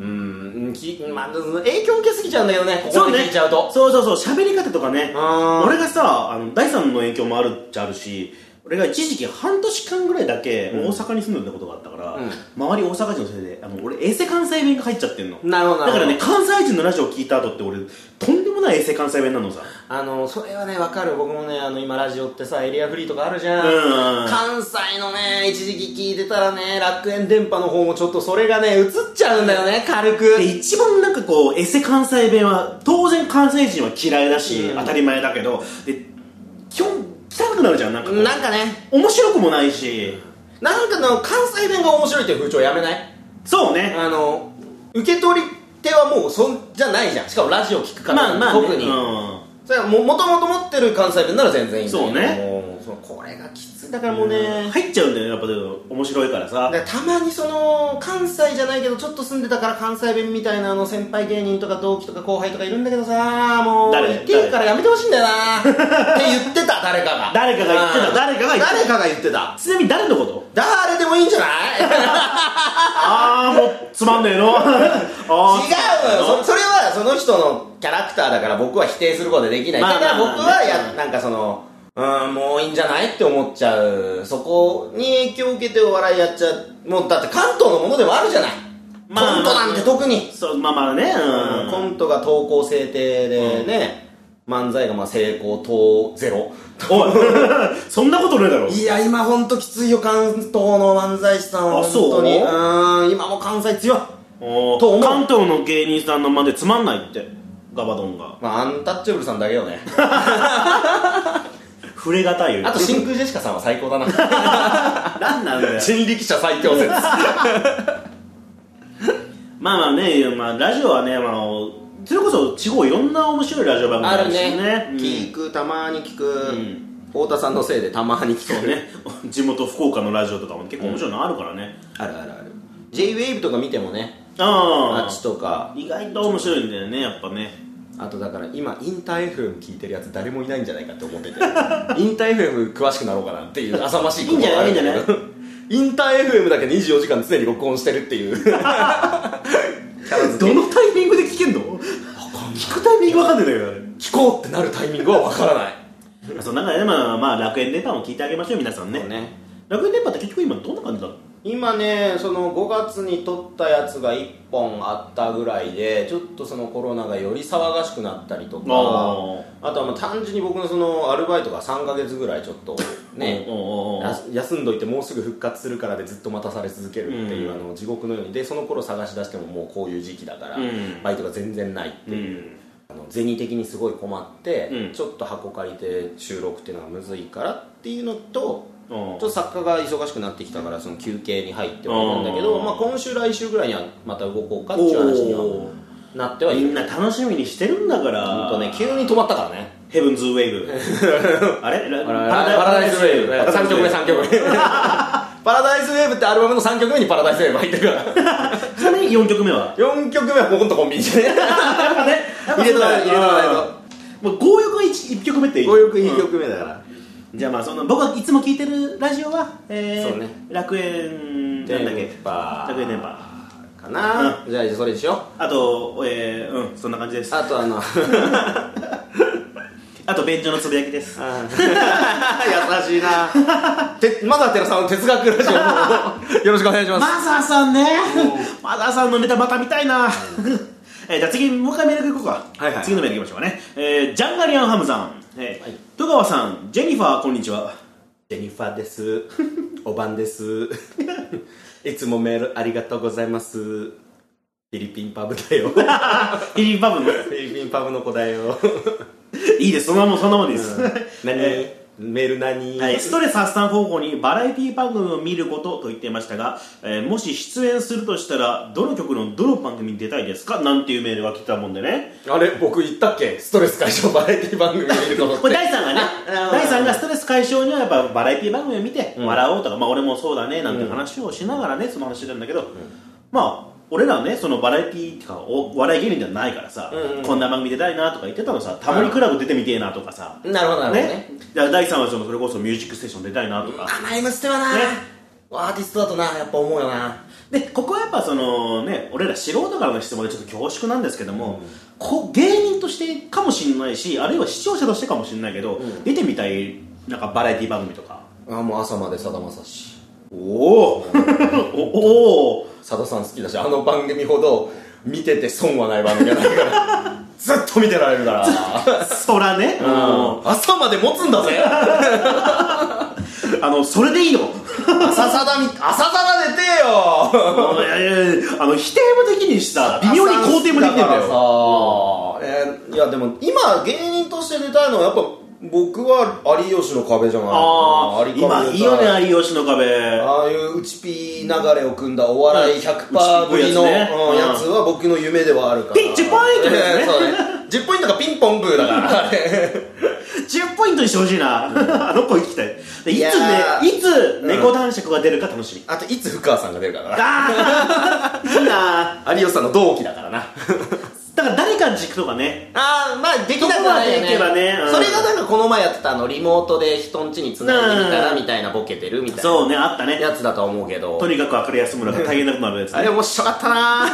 [SPEAKER 1] うん
[SPEAKER 2] ん、きまあ、影響受けすぎちゃうんだけどねこ
[SPEAKER 1] そ
[SPEAKER 2] こ
[SPEAKER 1] う
[SPEAKER 2] で
[SPEAKER 1] ね
[SPEAKER 2] 聞いちゃうと
[SPEAKER 1] そうそうそう喋り方とかね
[SPEAKER 2] あー
[SPEAKER 1] 俺がさあの第三の影響もあるっちゃあるし俺が一時期半年間ぐらいだけ大阪に住んでたことがあったから、周り大阪人のせいであの俺衛生関西弁が入っちゃってんの
[SPEAKER 2] なるほどな
[SPEAKER 1] だ
[SPEAKER 2] るほ
[SPEAKER 1] か
[SPEAKER 2] ど
[SPEAKER 1] らね関西人のラジオ聞いた後って俺とんでもない衛生関西弁なのさ
[SPEAKER 2] あのそれはねわかる僕もねあの今ラジオってさエリアフリーとかあるじゃん、
[SPEAKER 1] うん
[SPEAKER 2] 関西のね一時期聞いてたらね楽園電波の方もちょっとそれがね映っちゃうんだよね軽く
[SPEAKER 1] で一番なんかこうエセ関西弁は当然関西人は嫌いだし、
[SPEAKER 2] うん
[SPEAKER 1] 当たり前だけどで基本汚くなるじゃんなんかこう
[SPEAKER 2] なんかね
[SPEAKER 1] 面白くもないし
[SPEAKER 2] なんかの関西弁が面白いっていう風潮やめない
[SPEAKER 1] そうね
[SPEAKER 2] あの受け取り手はもうそんじゃないじゃんしかもラジオ聞くから、
[SPEAKER 1] まあまあ、ね、
[SPEAKER 2] 特に、
[SPEAKER 1] うん
[SPEAKER 2] それはももともと持ってる関西弁なら全然いいんだけど
[SPEAKER 1] そうね
[SPEAKER 2] もうそのこれがきついだからもうね、
[SPEAKER 1] 入っちゃうんだよねやっぱでも面白いからさ
[SPEAKER 2] だからたまにその関西じゃないけどちょっと住んでたから関西弁みたいなあの先輩芸人とか同期とか後輩とかいるんだけどさもう
[SPEAKER 1] 誰
[SPEAKER 2] 言ってるからやめてほしいんだよなって言ってた誰かが
[SPEAKER 1] 誰かが言ってた
[SPEAKER 2] うん
[SPEAKER 1] 誰かが言ってた
[SPEAKER 2] 誰かが言ってた
[SPEAKER 1] ちなみに誰のこと
[SPEAKER 2] 誰でもいいんじゃない
[SPEAKER 1] ああもうつまんねえのあー
[SPEAKER 2] 違うのよそそれはその人のキャラクターだから僕は否定することはできない、
[SPEAKER 1] まあ
[SPEAKER 2] ただ
[SPEAKER 1] まあ
[SPEAKER 2] 僕
[SPEAKER 1] まあ
[SPEAKER 2] はやなんかそのうんもういいんじゃないって思っちゃうそこに影響を受けてお笑いやっちゃうもうだって関東のものでもあるじゃない、
[SPEAKER 1] まあ
[SPEAKER 2] コントなんて特に、
[SPEAKER 1] そうまあまあねうん
[SPEAKER 2] コントが投稿制定でね、漫才がまあ成功等ゼロ
[SPEAKER 1] おい (laughs) そんなことねえだろ
[SPEAKER 2] いや今ほんときついよ関東の漫才師さんは
[SPEAKER 1] あ
[SPEAKER 2] 本当に
[SPEAKER 1] そう
[SPEAKER 2] うん今も関西強い
[SPEAKER 1] おー
[SPEAKER 2] と思う
[SPEAKER 1] 関東の芸人さんのまでつまんないってガバドンが
[SPEAKER 2] まあアンタッチャブルさんだけよ (laughs) ね
[SPEAKER 1] 触れがたいよ (laughs)
[SPEAKER 2] あと真空ジェシカさんは最高だな
[SPEAKER 1] 何なんだよ
[SPEAKER 2] 人力車最強説
[SPEAKER 1] まあまあね、まあ、ラジオはね、まああの、それこそ地方いろんな面白いラジオ番組
[SPEAKER 2] あ
[SPEAKER 1] し
[SPEAKER 2] るね
[SPEAKER 1] うん
[SPEAKER 2] 聞くたまに聞く、
[SPEAKER 1] ん
[SPEAKER 2] 太田さんのせいでたまに聞
[SPEAKER 1] そう
[SPEAKER 2] く
[SPEAKER 1] ね地元福岡のラジオとかも結構面白いのあるからね、
[SPEAKER 2] あるあるある JWAVE とか見てもねあ
[SPEAKER 1] あ
[SPEAKER 2] っ
[SPEAKER 1] あ
[SPEAKER 2] ちとか
[SPEAKER 1] 意外と面白いんだよねやっぱね
[SPEAKER 2] あとだから今インター FM 聞いてるやつ誰もいないんじゃないかって思っててインター FM 詳しくなろうかなっていう浅ましいことがあ
[SPEAKER 1] い
[SPEAKER 2] るけど
[SPEAKER 1] いんじゃないいいんじゃな
[SPEAKER 2] インター FM だけ24時間常に録音してるっていうキャラ付け
[SPEAKER 1] のタイミングで聞けんの聞くタイミングわかんないんだけどあれ
[SPEAKER 2] 聞こうってなるタイミングはわからない
[SPEAKER 1] まあその中でね、まあ、まあ楽園電波も聞いてあげましょう皆さんね
[SPEAKER 2] そうね
[SPEAKER 1] 楽園電波って結局今どんな感じだろう
[SPEAKER 2] 今ねその5月に撮ったやつが1本あったぐらいでちょっとそのコロナがより騒がしくなったりとか
[SPEAKER 1] あ
[SPEAKER 2] あとはもう単純に僕のそのアルバイトが3ヶ月ぐらいちょっとね
[SPEAKER 1] おうおうおう
[SPEAKER 2] やす休んどいてもうすぐ復活するからでずっと待たされ続けるっていう、
[SPEAKER 1] うん
[SPEAKER 2] あの地獄のようにでその頃探し出してももうこういう時期だから、
[SPEAKER 1] うん
[SPEAKER 2] バイトが全然ないって
[SPEAKER 1] う
[SPEAKER 2] いう、
[SPEAKER 1] ん
[SPEAKER 2] あの銭的にすごい困って、
[SPEAKER 1] うん
[SPEAKER 2] ちょっと箱借りて収録っていうのがむずいからっていうのとちょ
[SPEAKER 1] お
[SPEAKER 2] っ
[SPEAKER 1] う
[SPEAKER 2] と作家が忙しくなってきたからその休憩に入ってはいるんだけど、
[SPEAKER 1] うん
[SPEAKER 2] まあ、今週来週ぐらいにはまた動こうかっていう話に
[SPEAKER 1] お
[SPEAKER 2] は
[SPEAKER 1] ー
[SPEAKER 2] なってはい
[SPEAKER 1] み
[SPEAKER 2] る
[SPEAKER 1] んな楽しみにしてるんだから
[SPEAKER 2] ほんとね急に止まったからね
[SPEAKER 1] ヘブンズ・ウェイブ
[SPEAKER 2] (laughs)
[SPEAKER 1] あれラ
[SPEAKER 2] パラダイスウェーブ3曲目3曲目パラダイスウェーブってアルバムの3曲目にパラダイスウェーブ入ってるから
[SPEAKER 1] ちなみに4曲目は
[SPEAKER 2] 4曲目はほとんどコンビニでね
[SPEAKER 1] やっぱね
[SPEAKER 2] 入れとかないと入れとかな
[SPEAKER 1] も
[SPEAKER 2] い
[SPEAKER 1] う強欲が 1, 曲目っていい
[SPEAKER 2] 5曲2曲目だから
[SPEAKER 1] うんじゃあまあその僕がいつも聴いてるラジオは、えー
[SPEAKER 2] そうね
[SPEAKER 1] 楽園なんだっけ楽園電波
[SPEAKER 2] 波かなじゃあそれにしよう
[SPEAKER 1] あとえー、うんそんな感じ
[SPEAKER 2] (laughs)
[SPEAKER 1] ですあ
[SPEAKER 2] あとあの
[SPEAKER 1] と便所のつぶやきです
[SPEAKER 2] 優しいなてまだ寺さんの哲学ラジオよろしくお願いします、
[SPEAKER 1] マザーさんねマザーさんのネタまた見たいな (laughs) えーじゃあ次もう一回メールいこうか、
[SPEAKER 2] はいはい
[SPEAKER 1] 次のメールいきましょうかね、えージャンガリアンハムさん、えー戸川さんジェニファーこんにちは
[SPEAKER 2] ジェニファーです。おばんです。いつもメールありがとうございます。フィリピンパブだよ。
[SPEAKER 1] フ
[SPEAKER 2] フ
[SPEAKER 1] ィリピンパブの
[SPEAKER 2] ィリピンパブの子だよ。
[SPEAKER 1] (laughs) いいですそのままそのままです、
[SPEAKER 2] 何、
[SPEAKER 1] え
[SPEAKER 2] メール何、
[SPEAKER 1] はいストレス発散方法にバラエティ番組を見ることと言っていましたが、えーもし出演するとしたらどの曲のどの番組に出たいですかなんていうメールが来たもんでね
[SPEAKER 2] あれ僕言ったっけストレス解消バラエティ番組見ること
[SPEAKER 1] こ
[SPEAKER 2] っ
[SPEAKER 1] れ
[SPEAKER 2] て。
[SPEAKER 1] 第3がね
[SPEAKER 2] あ
[SPEAKER 1] 第3がストレス解消にはやっぱバラエティ番組を見て笑おうとか、まあ俺もそうだねなんて話をしながらね、その話してたんだけど、まあ俺らねそのバラエティっていうかお笑い芸人じゃないからさ、こんな番組出たいなとか言ってたのさタモリクラブ出てみてえなとかさ、
[SPEAKER 3] なるほどなるほどね
[SPEAKER 1] ねだから第3はそのそれこそ「ミュージックステーション」出たいなとか、
[SPEAKER 3] あライムステはな、
[SPEAKER 1] ね
[SPEAKER 3] アーティストだとなやっぱ思うよな
[SPEAKER 1] でここはやっぱそのね俺ら素人からの質問でちょっと恐縮なんですけども、こ芸人としてかもしれないしあるいは視聴者としてかもしれないけど、出てみたいなんかバラエティ番組とか
[SPEAKER 3] あもう朝までさだまさし
[SPEAKER 1] おお (laughs) おお
[SPEAKER 2] 佐田さん好きだし、あの番組ほど見てて損はない番組じゃな
[SPEAKER 1] (laughs)
[SPEAKER 2] いから。ずっと見てられるから。
[SPEAKER 1] そらね、
[SPEAKER 2] うん朝まで持つんだぜ
[SPEAKER 1] あのそれでいいよ
[SPEAKER 2] 朝さだみ、朝さだ出てえよ (laughs)
[SPEAKER 1] あのいやいやいやあの否定もできにしさ微妙に肯定もできてんだよ
[SPEAKER 2] よ。
[SPEAKER 3] えーいやでも今芸人として出たいのはやっぱ僕は有吉の壁じゃない
[SPEAKER 1] ああ
[SPEAKER 3] 有壁
[SPEAKER 1] 今
[SPEAKER 3] 出た
[SPEAKER 1] いいよね有吉の壁
[SPEAKER 3] ああいう内ピー流れを組んだお笑い100%ぶりの
[SPEAKER 1] う
[SPEAKER 3] うんん
[SPEAKER 1] 内ピーのやつね
[SPEAKER 3] やつは僕の夢ではあるから
[SPEAKER 1] ピン10ポイントだよね
[SPEAKER 3] えーそうね10ポイントがピンポンブーだからあ (laughs) れ
[SPEAKER 1] 10ポイントにしてほしいなあの子行きたいでい
[SPEAKER 3] いや
[SPEAKER 1] つ
[SPEAKER 3] ー
[SPEAKER 1] ねいつ猫男爵が出るか楽しみ、
[SPEAKER 2] あと、いつ福川さんが出るかだな。
[SPEAKER 1] あーいいな
[SPEAKER 2] 有吉さんの同期だからな。
[SPEAKER 1] だから誰か軸とかね
[SPEAKER 3] (laughs) ああまあできなく
[SPEAKER 1] ま
[SPEAKER 3] はな
[SPEAKER 1] で
[SPEAKER 3] い
[SPEAKER 1] いけば
[SPEAKER 3] よね
[SPEAKER 1] ねうん
[SPEAKER 3] それがなんかこの前やってたあのリモートで人ん家に繋いでみたら
[SPEAKER 1] うん
[SPEAKER 3] みたいなボケてるみたいな
[SPEAKER 1] そうねあったね
[SPEAKER 3] やつだと思うけど
[SPEAKER 1] とにかく明るい安村が大変なことになるやつ、
[SPEAKER 2] あれ面白かった
[SPEAKER 3] (laughs)
[SPEAKER 2] な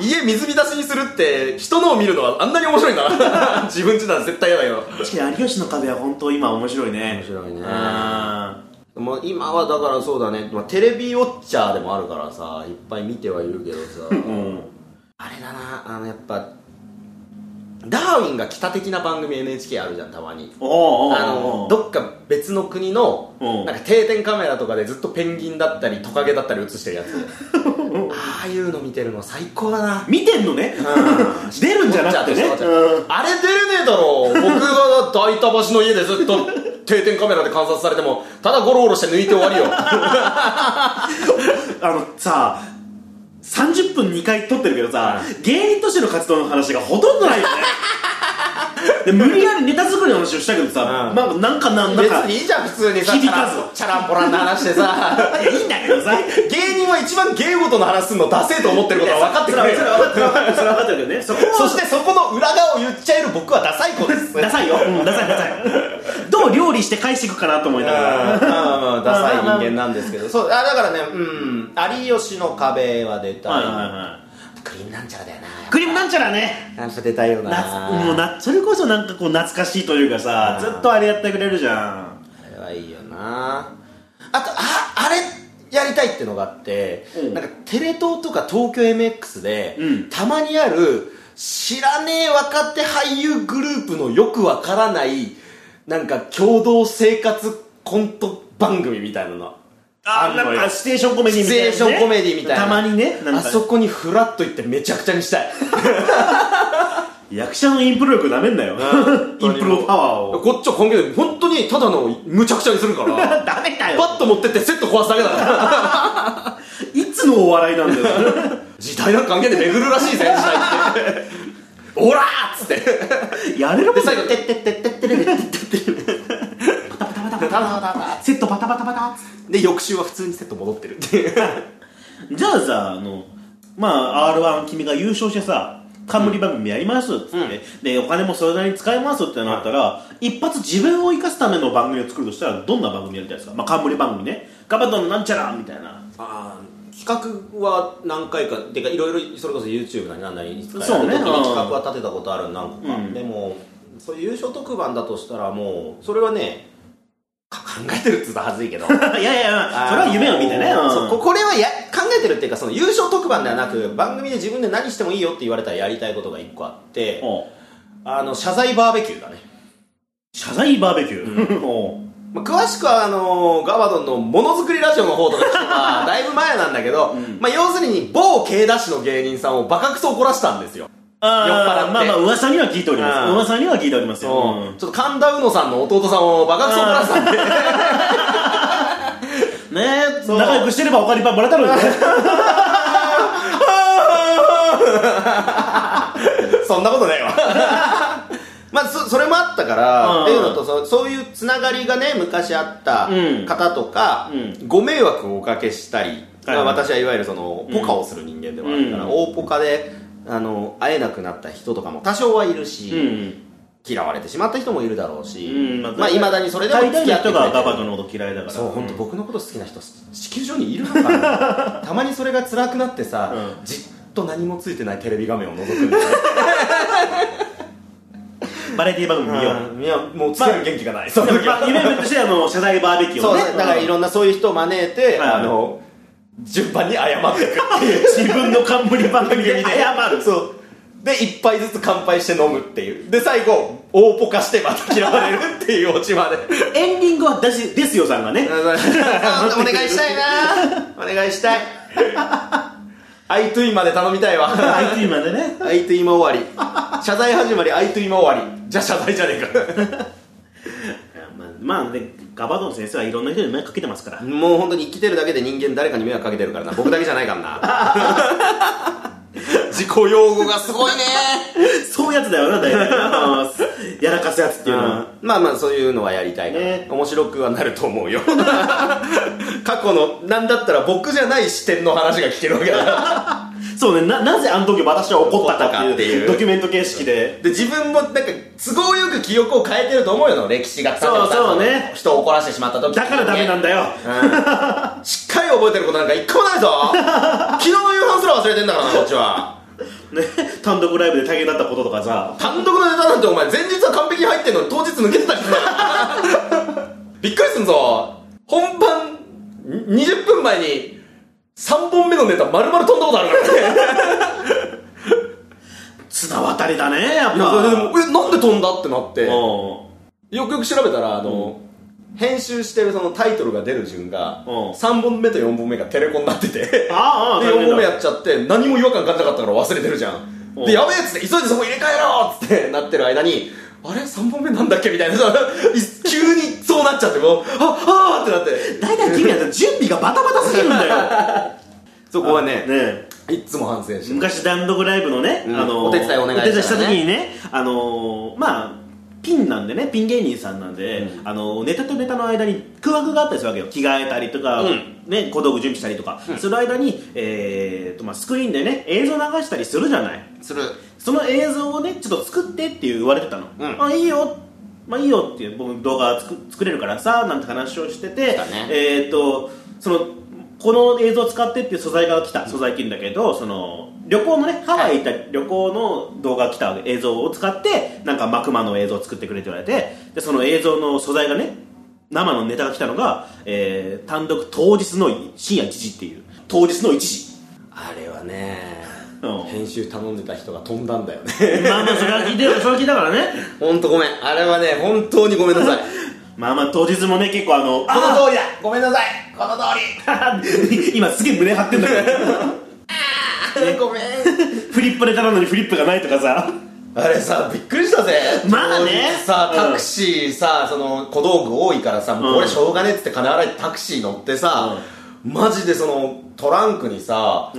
[SPEAKER 2] 家水浸しにするって、人のを見るのはあんなに面白いんだな。 (laughs) 自分ちなんて絶対嫌だよ。
[SPEAKER 1] 確かに有吉の壁は本当今面白いね
[SPEAKER 3] 面白いね
[SPEAKER 1] あ
[SPEAKER 3] もう今はだからそうだね、まあ、テレビウォッチャーでもあるからさいっぱい見てはいるけどさ
[SPEAKER 1] ーうん
[SPEAKER 3] あれだなあのやっぱダーウィンが北的な番組 NHK あるじゃんたまに
[SPEAKER 1] おうおうおう
[SPEAKER 3] あのどっか別の国の
[SPEAKER 1] うん
[SPEAKER 3] なんか定点カメラとかでずっとペンギンだったりトカゲだったり映して
[SPEAKER 1] (laughs)
[SPEAKER 3] るやつああいうの見てるの最高だな
[SPEAKER 1] 見てんのね、出るんじゃなくてね
[SPEAKER 3] ウォッチャーとしてウォッチャー
[SPEAKER 1] うん
[SPEAKER 2] あれ出れねえだろ僕が大田橋の家でずっと定点カメラで観察されても、ただゴロゴロして抜いて終わりよ。
[SPEAKER 1] あのさ30分2回撮ってるけどさ、芸人としての活動の話がほとんどないよねで無理やりネタ作りの話をしたけどさ、
[SPEAKER 2] うん
[SPEAKER 1] なんかなんかなん
[SPEAKER 3] 別
[SPEAKER 1] か
[SPEAKER 3] にいいじゃん普通にさ
[SPEAKER 1] 響
[SPEAKER 3] チャ
[SPEAKER 1] かず
[SPEAKER 3] ランチャランポランな話して
[SPEAKER 1] (laughs)
[SPEAKER 3] さ
[SPEAKER 1] いやいいんだけどさ
[SPEAKER 2] 芸人は一番芸事の話すんのダセえと思ってることは分かってく
[SPEAKER 1] そ
[SPEAKER 2] れ
[SPEAKER 1] れ
[SPEAKER 2] よ。
[SPEAKER 1] は分かってるそれは分かってるけどねそこ
[SPEAKER 3] (laughs)
[SPEAKER 2] そ
[SPEAKER 1] は
[SPEAKER 2] してそこの裏側を言っちゃえる僕はダサい子
[SPEAKER 1] (laughs)
[SPEAKER 2] です。
[SPEAKER 1] ダサいよ、うん、ダサいダサいどう料理して返していくかなと思いながら
[SPEAKER 3] まあまあまあダサい人間なんですけどそうあだからねうん有吉の壁は出たい
[SPEAKER 1] はいはいは
[SPEAKER 3] クリームなんちゃらだよない
[SPEAKER 1] クリームなんちゃらね
[SPEAKER 3] なんか出たいよな
[SPEAKER 1] なもうなそれこそなんかこう懐かしいというかさずっとあれやってくれるじゃん
[SPEAKER 3] あれはいいよなあとああれやりたいってのがあって、
[SPEAKER 1] うん
[SPEAKER 3] なんかテレ東とか東京 MX で、
[SPEAKER 1] うん
[SPEAKER 3] たまにある知らねえ若手俳優グループのよくわからないなんか共同生活コント番組みたいなの
[SPEAKER 1] あ
[SPEAKER 3] んの
[SPEAKER 1] な
[SPEAKER 3] よ
[SPEAKER 1] んかステーションコメディみ
[SPEAKER 3] シチ
[SPEAKER 1] たいな、
[SPEAKER 3] ュエーショ
[SPEAKER 1] ね、
[SPEAKER 3] ンコメディみたいな
[SPEAKER 1] たまにねなんか
[SPEAKER 3] あそこにフラッと行ってめちゃくちゃにしたい (laughs)
[SPEAKER 1] 役者のインプロ力なめんなよ (laughs) インプロパワーを
[SPEAKER 2] こっちは関係ない。本当にただのむちゃくちゃにするから。
[SPEAKER 1] (laughs) ダメだ
[SPEAKER 2] パッと持ってってセット壊すだけだから。
[SPEAKER 1] いつのお笑いなんだよ
[SPEAKER 2] 時代なんか関係で巡るらしいぜ、時代って。
[SPEAKER 1] (laughs)
[SPEAKER 2] オラーっつっ
[SPEAKER 1] (laughs)
[SPEAKER 2] て。
[SPEAKER 1] やれるも
[SPEAKER 2] で、
[SPEAKER 1] んね
[SPEAKER 2] 最後、てってってってってれれってってってれれ。
[SPEAKER 1] パタパタパタパタセットパタパタパタっつって
[SPEAKER 2] で、翌週は普通にセット戻ってるっていう。
[SPEAKER 1] じゃあさあのまあ r 1君が優勝してさ冠番組やりますっつって、でお金もそれなりに使いますってなったら、一発自分を生かすための番組を作るとしたらどんな番組やりたいですか、まあ、冠番組ねガバドンなんちゃらみたいな (laughs)
[SPEAKER 3] あー企画は何回かてかいろいろそれこそ YouTube なり何なりいつか
[SPEAKER 1] そうね
[SPEAKER 3] やる時に企画は立てたことあるの何個か、
[SPEAKER 1] うん
[SPEAKER 3] でもそういう優勝特番だとしたらもうそれはね
[SPEAKER 2] えてるっつうとはずい (laughs) けど
[SPEAKER 1] いやいやいや、それは夢を見てね。
[SPEAKER 2] あの
[SPEAKER 1] うん
[SPEAKER 2] そうここれはや考えてるっていうかその優勝特番ではなく番組で自分で何してもいいよって言われたらやりたいことが一個あって
[SPEAKER 1] おう
[SPEAKER 2] あの謝罪バーベキューだね、
[SPEAKER 1] 謝罪バーベキュー。おう
[SPEAKER 2] まあ、詳しくはあのーガバドンのものづくりラジオの方とか聞け
[SPEAKER 1] (laughs)
[SPEAKER 2] ばだいぶ前なんだけど、まあ、要するに某慶田市の芸人さんをバカクソ怒らしたんですよ
[SPEAKER 1] (laughs) あ
[SPEAKER 2] 酔っ払っ
[SPEAKER 1] ー
[SPEAKER 2] て
[SPEAKER 1] まあまあ、噂には聞いておりま
[SPEAKER 2] あ
[SPEAKER 1] す。
[SPEAKER 2] ー
[SPEAKER 1] 噂には聞いておりますよ。う
[SPEAKER 2] うん
[SPEAKER 1] ん
[SPEAKER 2] ちょっと神田うのさんの弟さんをバカクソ怒らせたんで
[SPEAKER 1] ねえ、仲良くしてれば他にいっぱいもらえたのにね。 (laughs)
[SPEAKER 2] そんなことないわまあそそれもあったから、
[SPEAKER 1] うん
[SPEAKER 2] っていうのとそそういうつながりがね昔あった
[SPEAKER 1] うん
[SPEAKER 2] 方とか、
[SPEAKER 1] う
[SPEAKER 2] ご迷惑をおかけしたり、
[SPEAKER 1] はい
[SPEAKER 2] まあ私はいわゆるそのポカをする人間ではあるから、
[SPEAKER 1] うん
[SPEAKER 2] 大ポカであの会えなくなった人とかも多少はいるし、
[SPEAKER 1] うん。
[SPEAKER 2] 嫌われてしまった人もいるだろうし、
[SPEAKER 1] うん
[SPEAKER 2] ま
[SPEAKER 1] ま
[SPEAKER 2] あ
[SPEAKER 1] あ
[SPEAKER 2] い、まだにそれでも
[SPEAKER 1] 大
[SPEAKER 2] 付
[SPEAKER 1] 体
[SPEAKER 2] き
[SPEAKER 1] の
[SPEAKER 2] 合って
[SPEAKER 1] 人
[SPEAKER 2] くれ
[SPEAKER 1] が
[SPEAKER 2] て
[SPEAKER 1] ガ
[SPEAKER 2] る
[SPEAKER 1] バドのこと嫌いだから。
[SPEAKER 2] そう本当僕のこと好きな人地球上にいるのかな
[SPEAKER 1] (laughs)
[SPEAKER 2] たまにそれが辛くなってさ、
[SPEAKER 1] う
[SPEAKER 2] じっと何もついてないテレビ画面を覗くんだよね
[SPEAKER 1] バラエティ番組 (laughs) 見よう。
[SPEAKER 2] いやもう付き合う元気がない、その時は
[SPEAKER 1] まあ、夢としてあの謝罪バーベキュー
[SPEAKER 2] そ
[SPEAKER 1] を
[SPEAKER 2] う
[SPEAKER 1] ね
[SPEAKER 2] ねだからいろんなそういう人を招いて、
[SPEAKER 1] はい
[SPEAKER 2] あの順番に謝っていくっていう
[SPEAKER 1] 自分の冠番組で謝る
[SPEAKER 2] そうで一杯ずつ乾杯して飲むっていうで最後大ポカしてまた嫌われるっていうオチまで
[SPEAKER 1] エンディングはだしですよさんが
[SPEAKER 2] (laughs)
[SPEAKER 1] ね
[SPEAKER 2] お願いしたいなお願いしたいアイトゥイまで頼みたいわ
[SPEAKER 1] IT までね
[SPEAKER 2] あいと今終わり謝罪始まりあいと今終わりじゃあ謝罪じゃねえ
[SPEAKER 1] まあ、まあねガバドン先生はいろんな人に迷惑かけてますから
[SPEAKER 2] かもう本当に生きてるだけで人間誰かに迷惑かけてるからな僕だけじゃないから (laughs) な自己擁護がすごいね
[SPEAKER 1] そういうやつだよな大体あのやらかすやつっていうのは
[SPEAKER 2] まあまあそういうのはやりたいから、
[SPEAKER 1] ね
[SPEAKER 2] 面白くはなると思うよ (laughs) 過去のなんだったら僕じゃない視点の話が聞けるわけだから
[SPEAKER 1] そうねななぜあの時私は怒ったかってい
[SPEAKER 2] 怒ったかっていう
[SPEAKER 1] うドキュメント形式で
[SPEAKER 2] で自分もなんか都合よく記憶を変えてると思うよの歴史がた
[SPEAKER 1] そうそうね
[SPEAKER 2] 人を怒らせてしまった時
[SPEAKER 1] だからダメなんだよ
[SPEAKER 2] うん (laughs) しっかり覚えてることなんか一個もないぞ
[SPEAKER 1] (laughs)
[SPEAKER 2] 昨日の夕飯すら忘れてんだからなこっちは
[SPEAKER 1] ね単独ライブで大変だったこととかさ
[SPEAKER 2] 単独のネタなんてお前前日は完璧に入ってんのに当日抜けてたりする (laughs) びっくりすんぞ本番に20分前に3本目のネタ丸々飛んだことあるからね
[SPEAKER 1] (laughs) 綱渡りだねやっ
[SPEAKER 2] いや
[SPEAKER 1] ぱ
[SPEAKER 2] それでもえなんで飛んだってなって
[SPEAKER 1] お
[SPEAKER 2] よくよく調べたらあの、編集してるそのタイトルが出る順が
[SPEAKER 1] うん
[SPEAKER 2] 3本目と4本目がテレコになってて (laughs)
[SPEAKER 1] ああああ
[SPEAKER 2] で
[SPEAKER 1] 大変だ
[SPEAKER 2] 4本目やっちゃって何も違和感感じなかったから忘れてるじゃん
[SPEAKER 1] うん
[SPEAKER 2] でやべえっつって急いでそこ入れ替えろっつってなってる間にあれ3本目なんだっけみたいな (laughs) い急にそうなっちゃってもうああーってなって
[SPEAKER 1] 大体君は準備がバタバタすぎるんだよ
[SPEAKER 2] (laughs) そこはね
[SPEAKER 1] ね
[SPEAKER 2] いつも反省してます
[SPEAKER 1] 昔単独ライブのね、
[SPEAKER 2] うん
[SPEAKER 1] あのー
[SPEAKER 2] お手伝いお願いしたらね
[SPEAKER 1] お手伝した時にねあのーまあピンなんでねピン芸人さんなんで、あのーネタとネタの間に空白があったりするわけよ着替えたりとか、
[SPEAKER 2] うん
[SPEAKER 1] ね、小道具準備したりとか、その間に、えーっとまあ、スクリーンでね映像流したりするじゃない
[SPEAKER 2] する
[SPEAKER 1] その映像をねちょっと作ってって言われてたの、
[SPEAKER 2] うん
[SPEAKER 1] あいいよまあいいよって僕動画作作れるからさなんて話をしてて、
[SPEAKER 2] だね
[SPEAKER 1] えーっとそのこの映像を使ってっていう素材が来た素材金だけどその旅行のねハワイ行った旅行の動画が来た映像を使ってなんかマクマの映像を作ってくれって言われてでその映像の素材がね生のネタが来たのが、えー単独当日の深夜1時っていう当日の1時
[SPEAKER 2] あれはね
[SPEAKER 1] うん
[SPEAKER 2] 編集頼んでた人が飛んだんだよね
[SPEAKER 1] (laughs) まあまあそれは聞いてるそれは聞いたからね
[SPEAKER 2] (laughs) ほんとごめんあれはね本当にごめんな (laughs) さい
[SPEAKER 1] まあまあ当日もね結構あの
[SPEAKER 2] こ
[SPEAKER 1] あ
[SPEAKER 2] の通りだごめんなさいこの通
[SPEAKER 1] あ今すげえ胸張ってんだけ (laughs) ど
[SPEAKER 2] りごめん
[SPEAKER 1] フリップネタなのにフリップがないとかさ
[SPEAKER 2] あれさびっくりしたぜ
[SPEAKER 1] まあね
[SPEAKER 2] 当日さ
[SPEAKER 1] うん
[SPEAKER 2] タクシーさ、その小道具多いからさ、もうこれしょうがねえっつって金払いってタクシー乗ってさ、マジでそのトランクにさ
[SPEAKER 1] う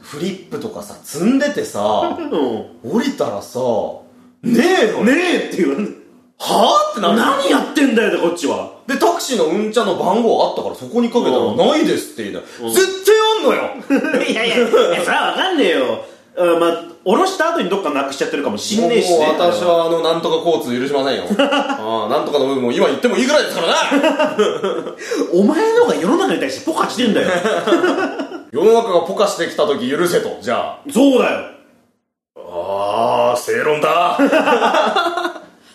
[SPEAKER 2] フリップとかさ積んで
[SPEAKER 1] (laughs)
[SPEAKER 2] てさ
[SPEAKER 1] んう
[SPEAKER 2] 降りたらさねえの
[SPEAKER 1] ん
[SPEAKER 2] ね
[SPEAKER 1] ねえっていう
[SPEAKER 2] はあってなる
[SPEAKER 1] 何やってんだよってこっちは
[SPEAKER 2] でタクシーのうんちゃんの番号あったからそこにかけたら
[SPEAKER 1] うん
[SPEAKER 2] ないですって言うの絶対あんのよ
[SPEAKER 1] (laughs) いやいやいやそれは分かんねえよあまあ下ろした後にどっかなくしちゃってるかもしんねえしね
[SPEAKER 2] もう私はあのなんとか交通許し
[SPEAKER 1] (laughs)
[SPEAKER 2] ませんよああなんとかの部分も今言ってもいいぐらいですからね
[SPEAKER 1] お前のが世の中に対してポカしてんだ (laughs) よ
[SPEAKER 2] 世の中がポカしてきた時許せとじゃあ
[SPEAKER 1] そうだよ
[SPEAKER 2] ああ正論だ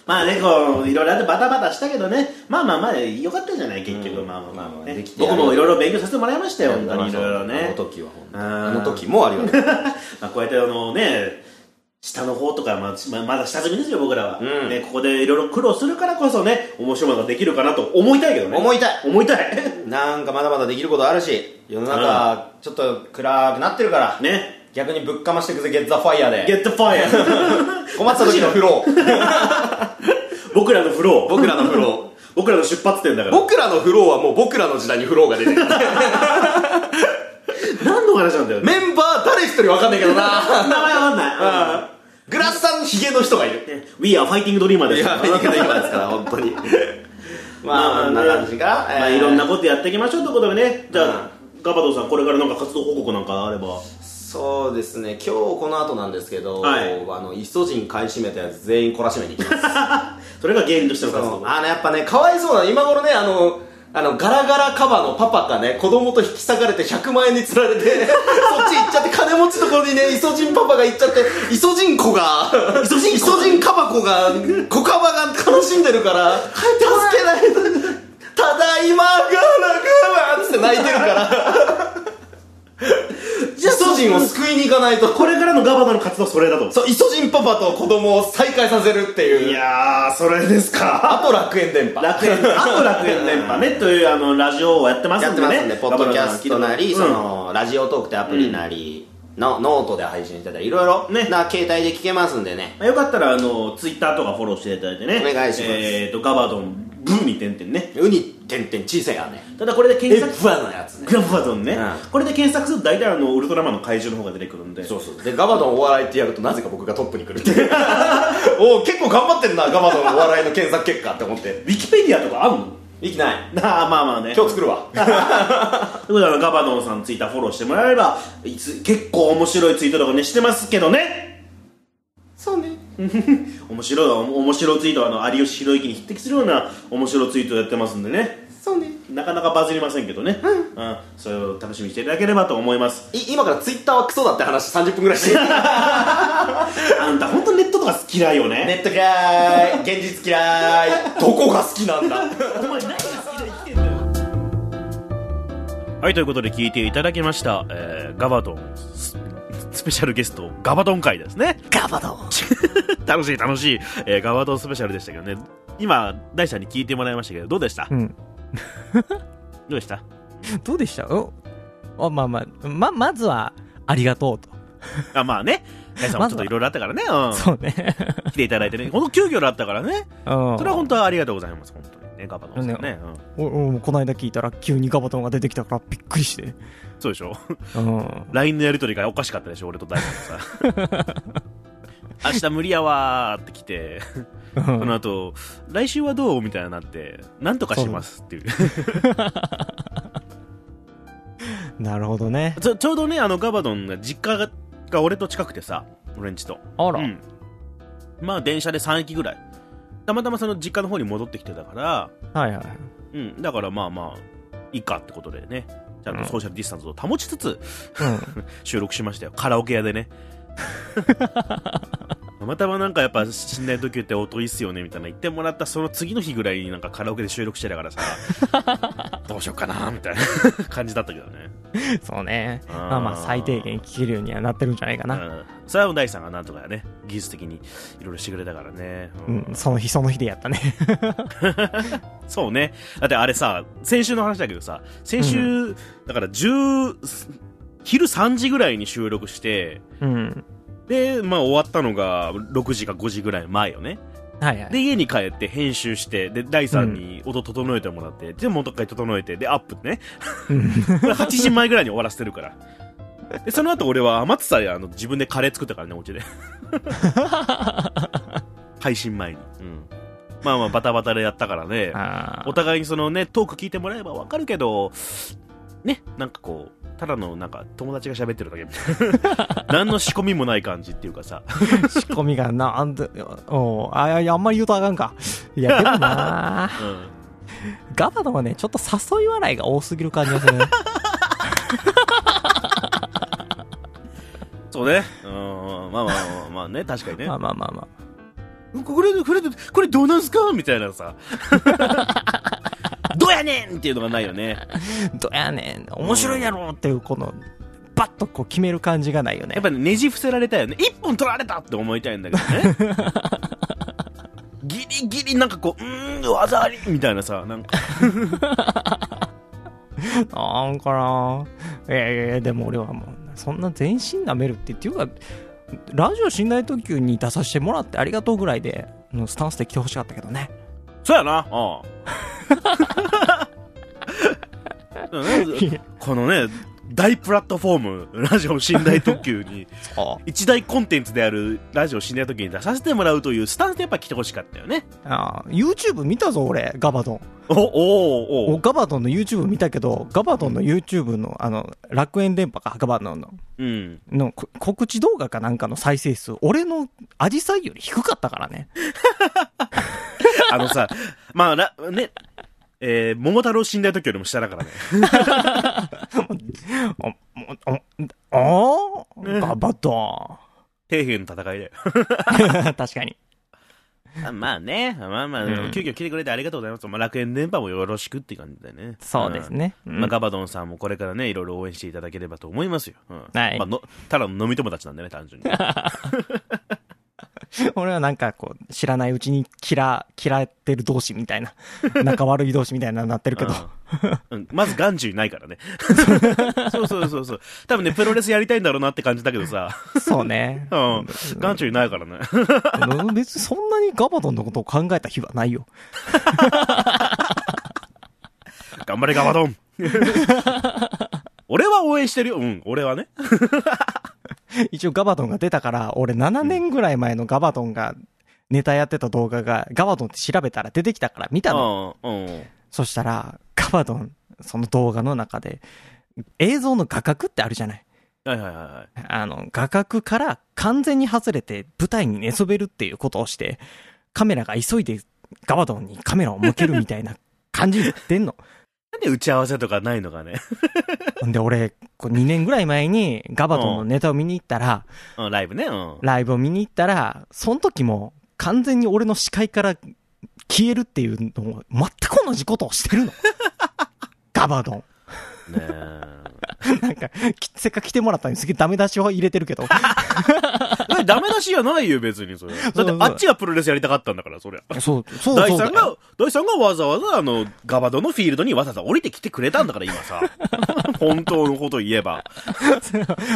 [SPEAKER 1] まあね、こう、いろいろあってバタバタしたけどね、まあまあまあ、よかったじゃない、結局、
[SPEAKER 2] うん
[SPEAKER 1] まあまあ
[SPEAKER 2] まあまあ
[SPEAKER 1] ね
[SPEAKER 2] できてや
[SPEAKER 1] 僕
[SPEAKER 2] る
[SPEAKER 1] もいろいろ勉強させてもらいましたよ、本当にいろいろ
[SPEAKER 2] あの
[SPEAKER 1] ね。
[SPEAKER 2] 時は本当に
[SPEAKER 1] うん
[SPEAKER 2] あの時もありがとう
[SPEAKER 1] まあ、こうやってあのね、下の方とか、まあ、ままだ下積みですよ、僕らは。
[SPEAKER 2] うん
[SPEAKER 1] ね、ここでいろいろ苦労するからこそね、面白いものができるかなと思いたいけどね。
[SPEAKER 2] 思いたい
[SPEAKER 1] 思いたい。
[SPEAKER 2] なんかまだまだできることあるし世の中ちょっと暗くなってるから、
[SPEAKER 1] ね。
[SPEAKER 2] 逆にぶっかましてくぜゲッザファイヤー
[SPEAKER 1] Get
[SPEAKER 2] で
[SPEAKER 1] the fire!
[SPEAKER 2] 困った時のフロー
[SPEAKER 1] 僕らのフロー。
[SPEAKER 3] 僕らのフロー
[SPEAKER 1] 僕らの出発点だから。
[SPEAKER 3] 僕らのフローはもう僕らの時代にフローが出てる
[SPEAKER 1] 何の話なんだよね。
[SPEAKER 3] メンバー誰一人わかんないけどな
[SPEAKER 1] 名前わかんない。
[SPEAKER 3] グラスさんヒゲの人がいる
[SPEAKER 1] ね We are fighting dreamer ですから。
[SPEAKER 3] いやいい今ですから本当に
[SPEAKER 2] まあこんな感じか
[SPEAKER 1] まあ、いろんなことやっていきましょうってことでね。じゃあ、ガバドさん、これからなんか活動報告なんかあれば。
[SPEAKER 2] そうですね今日この後なんですけど、
[SPEAKER 1] はい
[SPEAKER 2] あのイソジン買い占めたやつ全員懲らしめに行きます
[SPEAKER 1] それが芸人としての活
[SPEAKER 2] (laughs) そう
[SPEAKER 1] 動。
[SPEAKER 2] あのやっぱねかわいそうなの今頃ねあのあのガラガラカバのパパがね子供と引き裂かれて100万円に釣られ (laughs) てそっち行っちゃって金持ちのところにねイソジンパパが行っちゃってイソジン子がイソジンカバ子が子カバが悲しんでるから助けないとただいまガラガラっつって泣いてるからイソジンを救いに行かないと
[SPEAKER 1] これからのガバドの活動はそれだと。
[SPEAKER 2] そうイソジンパパと子供を再会させるっていう
[SPEAKER 1] いやー、それですか。
[SPEAKER 2] あと楽園電波
[SPEAKER 1] 楽園、あと楽園電波ね、というあのラジオをやってます
[SPEAKER 2] や
[SPEAKER 1] ん
[SPEAKER 2] っ
[SPEAKER 1] で
[SPEAKER 2] て
[SPEAKER 1] ね。
[SPEAKER 2] ますんで、ポッドキャストなり、
[SPEAKER 1] 頑張ろ
[SPEAKER 2] そ
[SPEAKER 1] う
[SPEAKER 2] の、ラジオトークってアプリなり、のノートで配信してたり、いろいろ、
[SPEAKER 1] ね
[SPEAKER 2] な、携帯で聞けますんでね。
[SPEAKER 1] うんまあよかったら、あの、ツイッターとかフォローしていただいてね。
[SPEAKER 2] お願いします
[SPEAKER 1] えーと、ガバドン、ブーに点々ね。
[SPEAKER 2] ウニ、てんてん、小さいやね。
[SPEAKER 1] ただこれで検
[SPEAKER 2] エ
[SPEAKER 1] 索、
[SPEAKER 2] ッバのやつね。
[SPEAKER 1] ガバドンね、
[SPEAKER 2] うん
[SPEAKER 1] これで検索すると大体あの、ウルトラマンの怪獣の方が出てくるんで。
[SPEAKER 2] そうそう。で、ガバドンお笑いってやると、なぜか僕がトップに来るっていう。 (laughs) おう結構頑張ってんな、ガバドンお笑いの検索結果って思って。
[SPEAKER 1] ウィキペディアとかあんの
[SPEAKER 2] いきない。
[SPEAKER 1] ああ、まあまあね。
[SPEAKER 2] 今日作るわ。
[SPEAKER 1] ということであのガバドンさんツイッターフォローしてもらえれば、いつ結構面白いツイートとかね、してますけどね。
[SPEAKER 2] そうね。
[SPEAKER 1] (laughs) 面白い、面白いツイートは、あの、有吉弘行に匹敵するような面白いツイートやってますんでね。
[SPEAKER 2] そうね。
[SPEAKER 1] なかなかバズりませんけどね、うんそれを楽しみにしていただければと思います
[SPEAKER 2] い今からツイッターはクソだって話30分ぐらいして
[SPEAKER 1] あんた本当ネットとか嫌いよね
[SPEAKER 2] (laughs) ネット嫌い現実嫌いどこが好きなんだ
[SPEAKER 1] お前何が好きで生きてんだよはいということで聞いていただきました、えーガバドンススペシャルゲストガバドン会ですね
[SPEAKER 2] ガバドン
[SPEAKER 1] (laughs) 楽しい楽しい、えーガバドンスペシャルでしたけどね今大さんに聞いてもらいましたけどどうでした、
[SPEAKER 5] うん。
[SPEAKER 1] (laughs) どうでした
[SPEAKER 5] どうでしたおあ、まあまあ、ま、まずは、ありがとうと。
[SPEAKER 1] あまあね大さんもちょっといろいろあったからね、う
[SPEAKER 5] そうね。
[SPEAKER 1] ん、来ていただいてねこの急遽だったからね
[SPEAKER 5] うん。
[SPEAKER 1] それは本当はありがとうございます本当にねガバドンさんね、うん、
[SPEAKER 5] お俺もこの間聞いたら急にガバトンが出てきたからびっくりして。
[SPEAKER 1] そうでしょ (laughs)
[SPEAKER 5] うん。
[SPEAKER 1] LINE のやり取りがおかしかったでしょ俺と大悟さ明日無理やわーって来てその後来週はどうみたいになってなんとかしますっていう
[SPEAKER 5] なるほどね。
[SPEAKER 1] ちょちょうどねあのガバドンが実家がが俺と近くてさ俺んちと
[SPEAKER 5] あら。
[SPEAKER 1] うん、まあ電車で3駅ぐらいたまたまその実家の方に戻ってきてたから
[SPEAKER 5] はいはい。
[SPEAKER 1] うんだからまあまあいいかってことでねちゃんとソーシャルディスタンスを保ちつつ、 (laughs) 収録しましたよカラオケ屋でね (laughs) たまたまなんかやっぱ寝台時計って音いいっすよねみたいな言ってもらったその次の日ぐらいになんかカラオケで収録してたからさどうしようかなみたいな (laughs) 感じだったけどね、
[SPEAKER 5] うん。そうね。
[SPEAKER 1] あー
[SPEAKER 5] まあまあ最低限聞けるようにはなってるんじゃないか
[SPEAKER 1] う
[SPEAKER 5] な。
[SPEAKER 1] ん、それは大地さんがなんとかね技術的にいろいろしてくれたからね、う
[SPEAKER 5] うんん。その日その日でやったね。
[SPEAKER 1] そうねだってあれさ先週の話だけどさ先週、だから10昼3時ぐらいに収録して
[SPEAKER 5] うん。
[SPEAKER 1] で、まあ、終わったのが6時か5時ぐらい前よね
[SPEAKER 5] はいはい。
[SPEAKER 1] で、家に帰って編集して、で、第3に音整えてもらって、で、もう一回整えて、で、アップね。 (laughs) これ8時前ぐらいに終わらせてるから。で、その後俺は余ってたり、あの、自分でカレー作ったからね、お家
[SPEAKER 5] (laughs)
[SPEAKER 1] で。配信前に。うん。まあまあ、バタバタでやったからね。
[SPEAKER 5] あ
[SPEAKER 1] お互いにそのね、トーク聞いてもらえばわかるけど、ね、なんかこう、ただのなんか友達が喋ってるだけみたい (laughs) な。何の仕込みもない感じっていうかさ。
[SPEAKER 5] あ。仕込みがな、あんた、 (laughs) おうあ、いやあんまり言うとあかんか。いや、でもな
[SPEAKER 1] うん。
[SPEAKER 5] ガバトンはね、ちょっと誘い笑いが多すぎる感じがする (laughs) ね。
[SPEAKER 1] そうね。うん、まあまあまあまあね、確かにね
[SPEAKER 5] まあ。まあまあま
[SPEAKER 1] これ、これ、これどうなんすかみたいな (laughs) さ。どうやねんっていうのがないよね。
[SPEAKER 5] どやねん、面白いやろっていう、この、バッとこう決める感じがないよね
[SPEAKER 1] やっ。ぱね、ねじ伏せられたよね。一本取られたって思いたいんだけどね。 (laughs) ギリギリなんかこう、うーん、技ありみたいなさ、なんか。
[SPEAKER 5] なんかな。いやいやいや、でも俺はもう、そんな全身舐めるって、っていうか、ラジオ信頼特急に出させてもらってありがとうぐらいで、のスタンスで来てほしかったけどね。
[SPEAKER 1] そうやな。うん。 (laughs) だからねこのね、大プラットフォーム、ラジオ寝台特急 (laughs) に、
[SPEAKER 5] そう。
[SPEAKER 1] 一大コンテンツであるラジオ寝台特急に出させてもらうというスタンスでやっぱ来てほしかったよね。
[SPEAKER 5] ああ YouTube 見たぞ、俺、ガバドン。
[SPEAKER 1] お、おーお
[SPEAKER 5] お
[SPEAKER 1] ー
[SPEAKER 5] ガバドンの YouTube 見たけど、ガバドンの YouTube の、あの、楽園電波か、ガバドンの、
[SPEAKER 1] うん。
[SPEAKER 5] のこ告知動画かなんかの再生数、俺のアジサイより低かったからね。 (laughs)
[SPEAKER 1] あのさ、まあ、らね、えー、桃太郎寝台特急よりも下だからね。
[SPEAKER 5] お、お、お、おガバ (laughs) ド
[SPEAKER 1] 底辺の戦いだよ。
[SPEAKER 5] ン。確かに。
[SPEAKER 1] あ (laughs) まあね、まあまあ、
[SPEAKER 5] うん
[SPEAKER 1] 急遽来てくれてありがとうございます。まあ、楽園電波もよろしくって感じだよね。
[SPEAKER 5] そうですね。
[SPEAKER 1] う。
[SPEAKER 5] うんん
[SPEAKER 1] まあ、ガバドンさんもこれからね、いろいろ応援していただければと思いますよ。うん。
[SPEAKER 5] はい
[SPEAKER 1] まあ、の、ただの飲み友達なんでね、単純
[SPEAKER 5] (laughs)
[SPEAKER 1] に。
[SPEAKER 5] 俺はなんかこう、知らないうちに嫌、嫌ってる同士みた (laughs) いな、仲悪い同士みたいなのになってるけど、
[SPEAKER 1] うん。まず、眼中にないから
[SPEAKER 5] (laughs)
[SPEAKER 1] ね。そうそうそうそう。多分ね、プロレスやりたいんだろうなって感じだけどさ。
[SPEAKER 5] そうね。 (laughs)
[SPEAKER 1] うん。眼中にないからね。 (laughs)
[SPEAKER 5] うん別にそんなにガバドンのことを考えた日はないよ。
[SPEAKER 1] 頑張れ、ガバドン (laughs) 俺は応援してるよ。うん、俺はね。
[SPEAKER 5] (laughs) 一応ガバドンが出たから、俺7年ぐらい前のガバドンがネタやってた動画が、ガバドンって調べたら出てきたから見たの。
[SPEAKER 1] うん、うん。
[SPEAKER 5] そしたら、ガバドン、その動画の中で、映像の画角ってあるじゃない。
[SPEAKER 1] はいはいはいはい。
[SPEAKER 5] あの、画角から完全に外れて舞台に寝そべるっていうことをして、カメラが急いでガバドンにカメラを向けるみたいな感じになってんの。
[SPEAKER 1] なんで打ち合わせとかないのかね。
[SPEAKER 5] ほんで俺、こう2年ぐらい前にガバドンのネタを見に行ったら、
[SPEAKER 1] うん、ライブね。うん。
[SPEAKER 5] ライブを見に行ったら、その時も完全に俺の視界から消えるっていうのを全く同じことをして
[SPEAKER 1] (laughs)
[SPEAKER 5] るの。ガバドン。
[SPEAKER 1] ね (laughs) え。
[SPEAKER 5] なんか、きせっかく来てもらったのにすげえダメ出しを入れてるけど。
[SPEAKER 1] えダメ出しじゃないよ、別にそれ。だって
[SPEAKER 5] そうそう
[SPEAKER 1] あっちがプロレスやりたかったんだ (laughs) から、そりゃ。
[SPEAKER 5] そう、そう、
[SPEAKER 1] 大
[SPEAKER 5] そ
[SPEAKER 1] さ
[SPEAKER 5] うんだよ
[SPEAKER 1] が、大さんがわざわざあの、ガバドのフィールドにわざわざ降りてきてくれたんだから、今
[SPEAKER 5] (laughs)
[SPEAKER 1] さ。本当のこと言えば。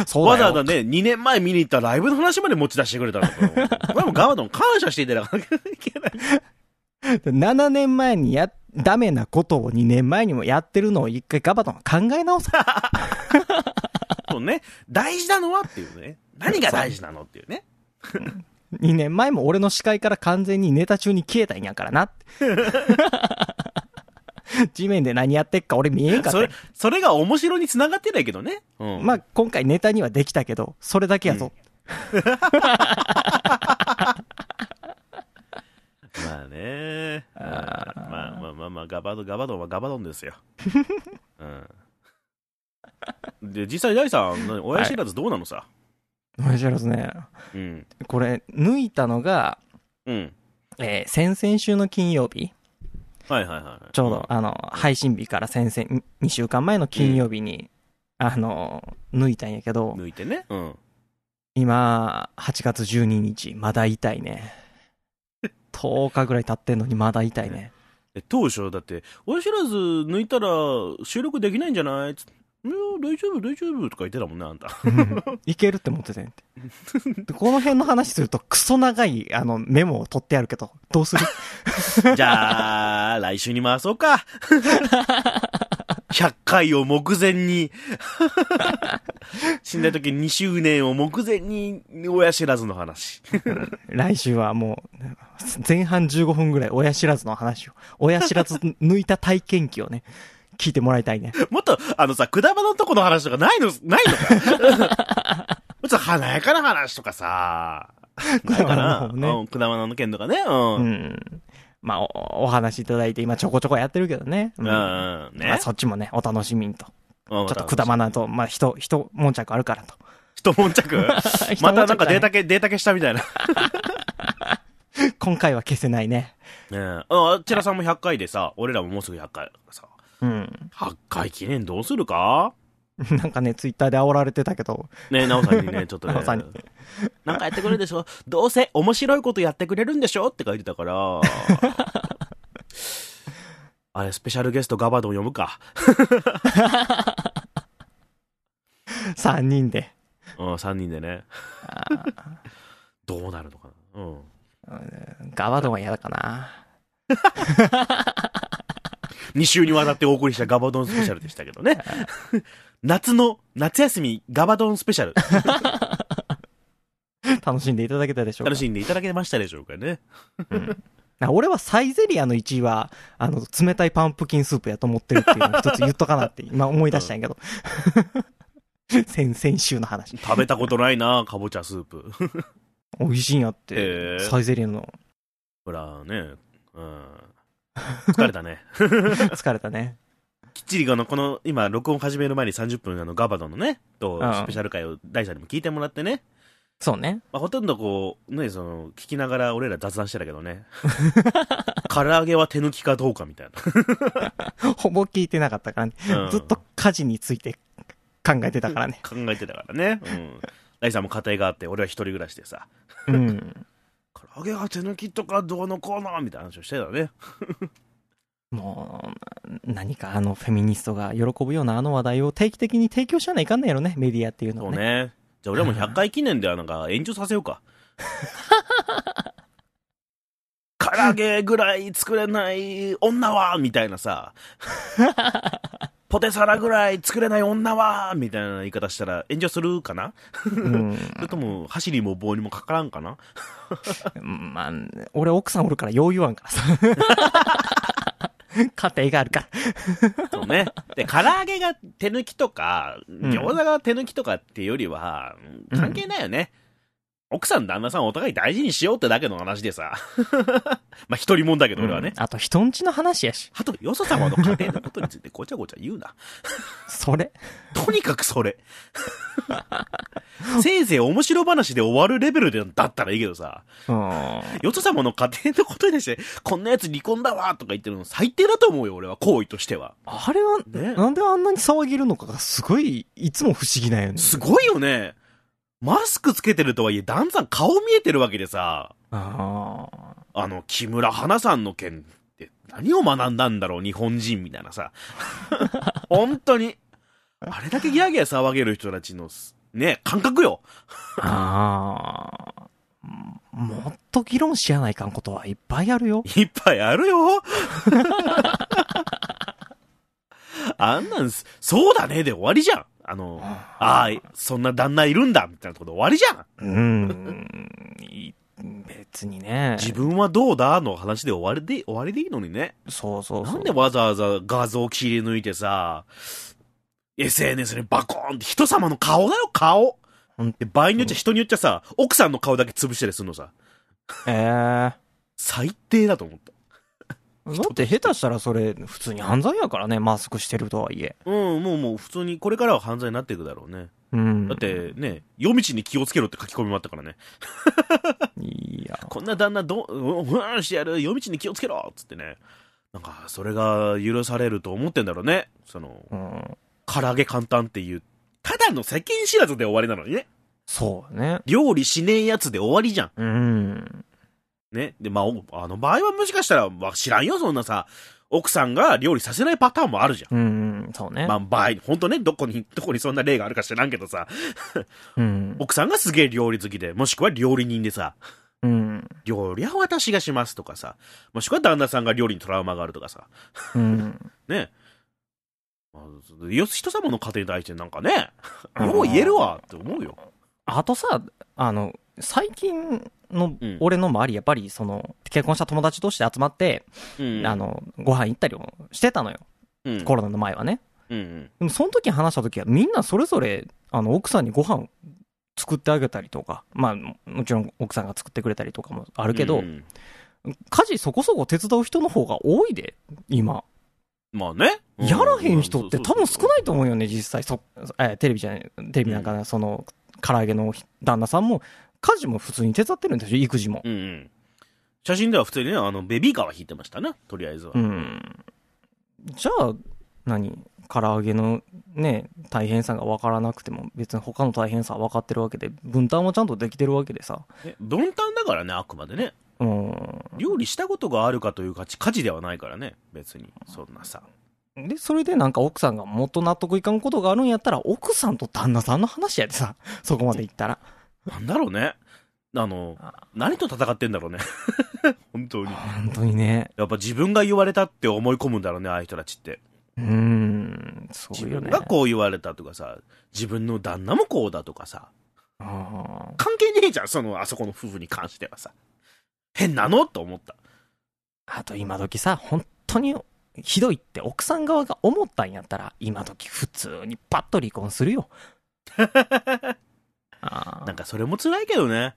[SPEAKER 5] そう
[SPEAKER 1] わ
[SPEAKER 5] だ
[SPEAKER 1] ざ
[SPEAKER 5] よ
[SPEAKER 1] わざね、2年前見に行ったライブの話まで持ち出してくれたんだから。これもガバドン感謝していただかなきゃいけない。
[SPEAKER 5] 7年前にや、ダメなことを2年前にもやってるのを一回ガバドンは考え直さ。
[SPEAKER 1] そうね。大事なのはっていうね。何が大事なのっていうね。
[SPEAKER 5] (laughs) 2年前も俺の視界から完全にネタ中に消えたんやからな (laughs) って。地面で何やってっか俺見えんかった
[SPEAKER 1] そ
[SPEAKER 5] よ
[SPEAKER 1] れ、それが面白に繋がってないけどね。うん。
[SPEAKER 5] まあ、今回ネタにはできたけど、それだけやぞ。
[SPEAKER 1] まあねまあまあまあまあ、ガバドン、ガバドンはガバドンですよ。
[SPEAKER 5] (laughs)
[SPEAKER 1] うん。で、実際、ダイさん、何親知らずどうなのさ、
[SPEAKER 5] 面白いですね。
[SPEAKER 1] うん。
[SPEAKER 5] これ、抜いたのが、
[SPEAKER 1] うん。
[SPEAKER 5] えー先々週の金曜日、
[SPEAKER 1] はいはいはい。
[SPEAKER 5] ちょうど、あの、配信日から先々、2週間前の金曜日に、あの、抜いたんやけど、
[SPEAKER 1] 抜いてね。うん。
[SPEAKER 5] 今、8月12日、まだ痛いね。10日ぐらい経ってんのにまだ痛いね。
[SPEAKER 1] で当初、だって、親知らず抜いたら収録できないんじゃないついや、大丈夫、大丈夫とか言ってたもんね、あんた。
[SPEAKER 5] うん (laughs) いけるって思ってたんや (laughs) って。でこの辺の話すると、クソ長い、あの、メモを取ってあるけど、どうす
[SPEAKER 1] (laughs)
[SPEAKER 5] る (laughs)
[SPEAKER 1] じゃあ、来週に回そう (laughs) か。100回を目前 (laughs) に、死んだ時2周年を目前に、親知らずの話。
[SPEAKER 5] 来週はもう、前半15分ぐらい親知らずの話を、親知らず抜いた体験記をね、 (laughs) 聞いてもらいたいね。
[SPEAKER 1] もっと、あのさ、くだばのとこの話とかないの、 (laughs) ないのか (laughs) もうちょっと華やかな話とかさ。ないかな。
[SPEAKER 5] くだばなの方ね
[SPEAKER 1] うんくだばなの件とかね。うん。
[SPEAKER 5] う
[SPEAKER 1] うん、
[SPEAKER 5] ん。まあお、お話いただいて、今ちょこちょこやってるけどね。うん
[SPEAKER 1] うん、ね。
[SPEAKER 5] まあ、そっちもね、お楽しみにと。ち
[SPEAKER 1] ちょ
[SPEAKER 5] ょっとくだばなと、まあ、人、人、悶着あるからと。 (laughs)
[SPEAKER 1] 一悶着またなんかデータ
[SPEAKER 5] 一悶着だね
[SPEAKER 1] 系、データ系したみたいな。
[SPEAKER 5] 今回は消せないね。
[SPEAKER 1] ねえ。あ、チラさんも100回でさ、俺らももうすぐ100回だからさ。
[SPEAKER 5] うん。 (laughs)
[SPEAKER 1] 100回記念どうするか
[SPEAKER 5] なんかね、ツイッターで煽られてたけど、
[SPEAKER 1] ねえ、なおさんにね、ちょっとね。
[SPEAKER 5] なおさんに
[SPEAKER 1] なんかやってくれるでしょどうせ面白いことやってくれるんでしょって書いてたから。あれ、スペシャルゲストガバドン呼ぶか。
[SPEAKER 5] 3人で。
[SPEAKER 1] うん、3人でね。どうなるのかな。うん。
[SPEAKER 5] ガバドンは嫌だかな。
[SPEAKER 1] 2週にわたってお送りしたガバドンスペシャルでしたけどね。夏の、夏休みガバドンスペシャル。
[SPEAKER 5] 楽しんでいただけたでしょうか
[SPEAKER 1] 楽しんでいただけましたでしょうかね。
[SPEAKER 5] な俺はサイゼリアの1位は、あの、冷たいパンプキンスープやと思ってるっていうのを一つ言っと
[SPEAKER 1] (laughs)
[SPEAKER 5] かなって、今思い出したんやけど。 (laughs) 先、先週の話。
[SPEAKER 1] 食べたことないな、かぼちゃスープ。
[SPEAKER 5] 美味しいんやっ
[SPEAKER 1] へ
[SPEAKER 5] て。
[SPEAKER 1] ー
[SPEAKER 5] サイゼリアの、
[SPEAKER 1] ほらね、うん。疲れたね。
[SPEAKER 5] 疲れたね。
[SPEAKER 1] きっちりあの、この、今、録音始める前に30分、あの、ガバドンのね、と
[SPEAKER 5] うん、
[SPEAKER 1] スペシャル回を大さんにも聞いてもらってね。
[SPEAKER 5] そうね。
[SPEAKER 1] まあ、ほとんどこう、ね、その、聞きながら俺ら雑談してたけど
[SPEAKER 5] (laughs)
[SPEAKER 1] ね。唐揚げは手抜きかどうかみたい
[SPEAKER 5] ほぼ聞いてなかったからね。
[SPEAKER 1] な。うん
[SPEAKER 5] (laughs) ずっと家事について考えてたからね。
[SPEAKER 1] 考えてたからね。うん。大さんも家庭があって、俺は一人暮らしでさ、
[SPEAKER 5] うん。
[SPEAKER 1] 唐揚げは手抜きとかどうのこうのみたいな話をしてたね。
[SPEAKER 5] もう、な何かあのフェミニストが喜ぶようなあの話題を定期的に提供しちゃないかんのやろね、メディアっていうの
[SPEAKER 1] そ
[SPEAKER 5] は
[SPEAKER 1] う
[SPEAKER 5] ね。
[SPEAKER 1] ね。じゃあ俺らも100回記念ではなんか炎上させようか。 (laughs) 唐揚げぐらい作れない女はみたいなさ。ポテサラぐらい作れない女はみたいな言い方したら炎上するかな
[SPEAKER 5] うん
[SPEAKER 1] (laughs) それとも箸にも棒にもかからんかな
[SPEAKER 5] うんまあ、俺奥さんおるからよう言わんからさ。 (laughs) 家庭があるから。
[SPEAKER 1] そうね。で、唐揚げが手抜きとか、餃子が手抜きとかっていうよりは、
[SPEAKER 5] うん
[SPEAKER 1] 関係ないよね。奥さん、旦那さんお互い大事にしようってだけの話でさ。 (laughs) まあ、一人もんだけど、俺はね。
[SPEAKER 5] うんあと人んちの話やし。
[SPEAKER 1] あと、よそ様の家庭のことについてごちゃごちゃ言うな。
[SPEAKER 5] それ。
[SPEAKER 1] とにかくそれ。 (laughs) せいぜい面白話で終わるレベルでだったらいいけどさ、
[SPEAKER 5] うん。
[SPEAKER 1] よそ様の家庭のことにして、こんなやつ離婚だわとか言ってるの最低だと思うよ、俺は、行為としては。
[SPEAKER 5] あれは、
[SPEAKER 1] ね
[SPEAKER 5] なんであんなに騒げるのかがすごい、いつも不思議だよね。
[SPEAKER 1] すごいよね。マスクつけてるとはいえ、ダンさん顔見えてるわけでさ、
[SPEAKER 5] あ
[SPEAKER 1] あの、木村花さんの件って何を学んだんだろう、日本人みたいなさ。本当に。あれだけギャーギャー騒げる人たちのす、ね、感覚よ。
[SPEAKER 5] あ。ああ。もっと議論しやないかんことはいっぱいあるよ。
[SPEAKER 1] いっぱいあるよ。あんなんす、そうだね、で終わりじゃん。あの、ああ、そんな旦那いるんだ、みたいなとこで終わりじゃん。
[SPEAKER 5] うん。い別にね。
[SPEAKER 1] 自分はどうだの話で終わりで、終わりでいいのにね。
[SPEAKER 5] そうそうそう。
[SPEAKER 1] なんでわざわざ画像切り抜いてさ、SNS にバコーンって人様の顔だよ、顔
[SPEAKER 5] ほん
[SPEAKER 1] で場合によっちゃ人によっちゃさ、奥さんの顔だけ潰したりするのさ、
[SPEAKER 5] えー
[SPEAKER 1] 最低だと思った。
[SPEAKER 5] だって下手したらそれ普通に犯罪やからね、マスクしてるとはいえ。
[SPEAKER 1] うん、もうもう普通にこれからは犯罪になっていくだろうね。
[SPEAKER 5] うん。
[SPEAKER 1] だっ。てね、夜道に気をつけろって書き込みもあったからね。
[SPEAKER 5] いや。
[SPEAKER 1] こんな旦那どう、うん、ふわんしてやる、夜道に気をつけろっつってね。なんか、それが許されると思ってんだろうね。その、
[SPEAKER 5] うん。
[SPEAKER 1] 唐揚げ簡単っていう、ただの世間知らずで終わりなのにね。
[SPEAKER 5] そうね。
[SPEAKER 1] 料理しねえやつで終わりじゃん。
[SPEAKER 5] うん。
[SPEAKER 1] ね。で、まあ、おあの場合はもしかしたら、まあ、知らんよ、そんなさ、奥さんが料理させないパターンもあるじゃん。
[SPEAKER 5] うん、そうね。
[SPEAKER 1] まあ、場合、ほんとね、どこに、 (laughs) どこにそんな例があるか知らんけどさ、
[SPEAKER 5] うん。
[SPEAKER 1] 奥さんがすげえ料理好きで、もしくは料理人でさ、
[SPEAKER 5] うん。
[SPEAKER 1] 料理は私がしますとかさ、もしくは旦那さんが料理にトラウマがあるとかさ、
[SPEAKER 5] うん。
[SPEAKER 1] ね。まあ、よ人様の家庭に対してなんか
[SPEAKER 5] (laughs)
[SPEAKER 1] ね、よう言えるわって思うよ。
[SPEAKER 5] あとさ、あの、最近の
[SPEAKER 1] うん
[SPEAKER 5] 俺の周り、やっぱりその、結婚した友達同士で集まって、
[SPEAKER 1] うん。
[SPEAKER 5] あの、ご飯行ったりもしてたのよ。
[SPEAKER 1] うん、
[SPEAKER 5] コロナの前はね。
[SPEAKER 1] うんうん。
[SPEAKER 5] でもその時話した時はみんなそれぞれ、あの、奥さんにご飯作ってあげたりとか、まあ、ももちろん奥さんが作ってくれたりとかもあるけど、
[SPEAKER 1] うん
[SPEAKER 5] 家事そこそこ手伝う人の方が多いで、今。
[SPEAKER 1] まあね。うん
[SPEAKER 5] やらへん人って多分少ないと思うよね、実際。そ、え、テレビじゃない、テレビなんかな、その、唐揚げの旦那さんも、家事も普通に手伝ってるんですよ、育児も。
[SPEAKER 1] うんうん。写真では普通にね、あの、ベビーカーは引いてましたね、とりあえずは。
[SPEAKER 5] うん。じゃあ、何唐揚げのね、大変さが分からなくても、別に他の大変さは分かってるわけで、分担はちゃんとできてるわけでさ。
[SPEAKER 1] ね分担だからね、あくまでね。
[SPEAKER 5] うん。
[SPEAKER 1] 料理したことがあるかという価値、価値ではないからね、別に。そんなさ。
[SPEAKER 5] で、それでなんか奥さんがもっと納得いかんことがあるんやったら、奥さんと旦那さんの話やでさ、そこまでいったら。
[SPEAKER 1] なんだろうね。あの、何と戦ってんだろうね。 (laughs) 本当に。
[SPEAKER 5] 本当にね。
[SPEAKER 1] やっぱ自分が言われたって思い込むんだろうね、ああいう人たちって。
[SPEAKER 5] うん、そう
[SPEAKER 1] 自
[SPEAKER 5] よ
[SPEAKER 1] 分
[SPEAKER 5] ね。
[SPEAKER 1] がこう言われたとかさ、自分の旦那もこうだとかさ、
[SPEAKER 5] あー
[SPEAKER 1] 関係ねえじゃん、その、あそこの夫婦に関してはさ。変なのと思った。
[SPEAKER 5] あと今時さ、本当にひどいって奥さん側が思ったんやったら、今時普通にパッと離婚す
[SPEAKER 1] (laughs)
[SPEAKER 5] るよ。あ
[SPEAKER 1] なんかそれも辛いけどね。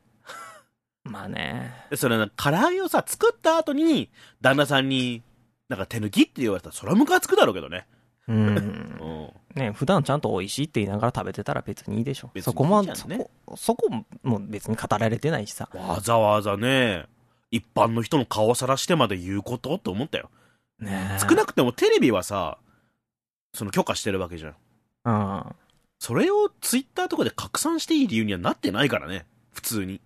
[SPEAKER 5] ーまあね。
[SPEAKER 1] でそれな、唐揚げをさ、作った後に、旦那さんに、なんか手抜きって言われたら、それはムカつくだろうけどね。
[SPEAKER 5] うん
[SPEAKER 1] う。ん。
[SPEAKER 5] ね普段ちゃんと美味しいって言いながら食べてたら別にいいでしょ。
[SPEAKER 1] 別にいい
[SPEAKER 5] そこも、
[SPEAKER 1] じゃん
[SPEAKER 5] そ
[SPEAKER 1] ね
[SPEAKER 5] こ、そこも別に語られてないしさ。
[SPEAKER 1] わざわざね、一般の人の顔さらしてまで言うことって思ったよ。
[SPEAKER 5] ね
[SPEAKER 1] 少なくてもテレビはさ、その許可してるわけじゃん。
[SPEAKER 5] うん。
[SPEAKER 1] それをツイッターとかで拡散していい理由にはなってないからね。普通に。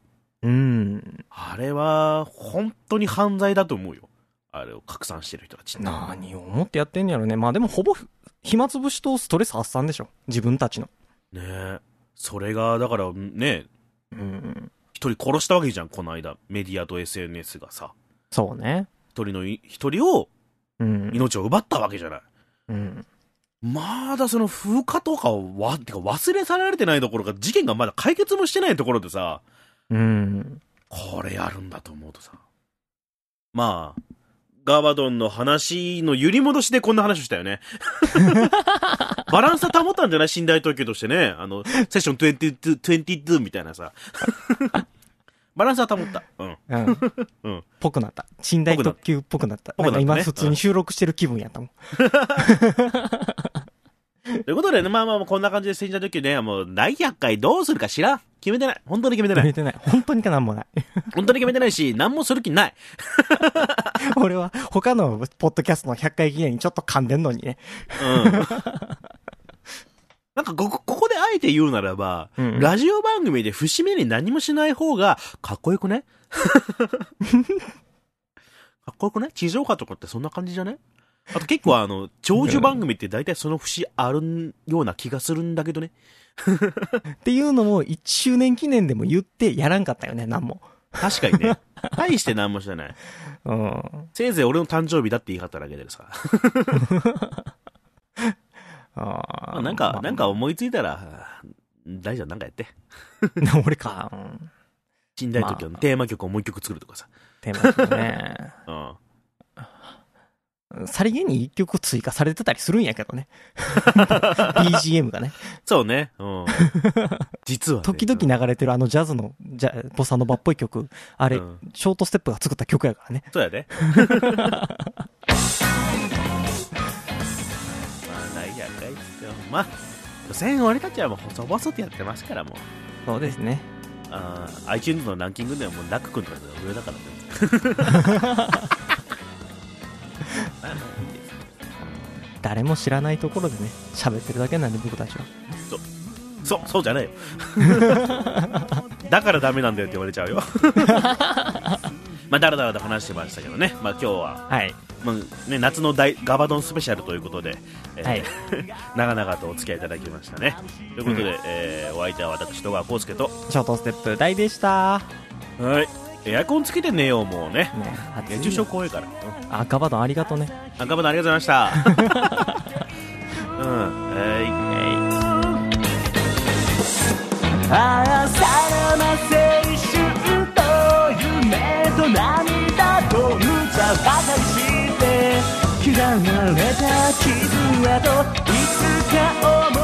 [SPEAKER 5] うん。
[SPEAKER 1] あれは、本当に犯罪だと思うよ。あれを拡散してる人たちって。
[SPEAKER 5] 何を思ってやってんやろね。まあでもほぼ暇つぶしとストレス発散でしょ。自分たちの。
[SPEAKER 1] ねえ。それが、だからね、
[SPEAKER 5] うん。
[SPEAKER 1] 一人殺したわけじゃん、この間。メディアと SNS がさ。
[SPEAKER 5] そうね。
[SPEAKER 1] 一人のい、一人を、
[SPEAKER 5] うん。
[SPEAKER 1] 命を奪ったわけじゃない。
[SPEAKER 5] うん。
[SPEAKER 1] まだその風化とかをわ、てか忘れ去られてないどころか、事件がまだ解決もしてないところでさ、
[SPEAKER 5] うん。
[SPEAKER 1] これやるんだと思うとさ。まあ、ガバドンの話の揺り戻しでこんな話をしたよね。バランスは保ったんじゃない寝台特急としてね。あの、セッション22、22みたいなさ。 (laughs) バランスは保った。うん。
[SPEAKER 5] うん。
[SPEAKER 1] うん
[SPEAKER 5] ぽくなった。寝台特急っぽくなった。
[SPEAKER 1] ぽ
[SPEAKER 5] な
[SPEAKER 1] くなんっ
[SPEAKER 5] か
[SPEAKER 1] たね
[SPEAKER 5] 今普通に収録してる気分やったもん。
[SPEAKER 1] ということでね、まあまあまあこんな感じで寝台特急ね、もう何百回どうするか知らん。決めてない。本当に決めて
[SPEAKER 5] 決
[SPEAKER 1] な
[SPEAKER 5] め
[SPEAKER 1] い。
[SPEAKER 5] てない。本当にかなんもない。 (laughs)
[SPEAKER 1] 本当に決めてないし、何もする気ない。
[SPEAKER 5] 俺は他のポッドキャストの100回記念にちょっと噛んでんのにね。
[SPEAKER 1] うん。なんかここ、ここであえて言うならば、
[SPEAKER 5] うん
[SPEAKER 1] ラジオ番組で節目に何もしない方が、 (laughs) かっこよくねかっこよくね地上波とかってそんな感じじゃねあと結構あの、長寿番組って大体その節あるような気がするんだけどね。
[SPEAKER 5] っていうのも1周年記念でも言ってやらんかったよね、なんも。
[SPEAKER 1] 確かに
[SPEAKER 5] (laughs)
[SPEAKER 1] ね。大して何もしてない。
[SPEAKER 5] うん。
[SPEAKER 1] せいぜい俺の誕生日だって言い方だけでさ。
[SPEAKER 5] あ
[SPEAKER 1] ま
[SPEAKER 5] ー
[SPEAKER 1] あなん
[SPEAKER 5] ま
[SPEAKER 1] か、
[SPEAKER 5] あ
[SPEAKER 1] なんか思いついたら、大丈夫なんかやって。
[SPEAKER 5] 俺か。うん。
[SPEAKER 1] 死んだい時のテーマ曲をもう一曲作るとかさ。
[SPEAKER 5] テーマ曲ね。
[SPEAKER 1] うん。
[SPEAKER 5] さりげに1曲追加されてたりするんやけどね。BGM がね。
[SPEAKER 1] そうね。
[SPEAKER 5] (laughs)
[SPEAKER 1] うん。実は、ね。
[SPEAKER 5] 時々流れてるあのジャズの、じゃ、ボサノバっぽい曲。あれ、
[SPEAKER 1] うん
[SPEAKER 5] ショートステップが作った曲やからね。
[SPEAKER 1] そうや
[SPEAKER 5] (laughs)
[SPEAKER 1] で。まあ、大百回ですよ。まあ、所詮俺たちはもう細々とやってますから、もう。
[SPEAKER 5] そうですね。
[SPEAKER 1] あー iTunes のランキングではもうダック君とかが上だからね。まあまあいいです
[SPEAKER 5] 誰も知らないところでね喋ってるだけなんで僕たちは
[SPEAKER 1] そう、そうじゃないよ。 (laughs) だからダメなんだよって言われちゃうよ。 (laughs) まあ、だらだらと話してましたけどね。まあ、今日は
[SPEAKER 5] はい
[SPEAKER 1] まあね、夏の大ガバドンスペシャルということで、えー
[SPEAKER 5] はい
[SPEAKER 1] (laughs) 長々とお付き合いいただきましたね。ということで、えーお相手は私、戸川浩介と、
[SPEAKER 5] ショートステップ大でした
[SPEAKER 1] はい、エアコンつけて寝よう、もうね。
[SPEAKER 5] ね暑い
[SPEAKER 1] 熱中症怖いから。うん
[SPEAKER 5] あガバドンありがとうね
[SPEAKER 1] あ、ガバドンありがとうございました。うん、はい。
[SPEAKER 6] ああさらば青春と夢と涙と無茶ばかりして嫌われた傷跡いつか思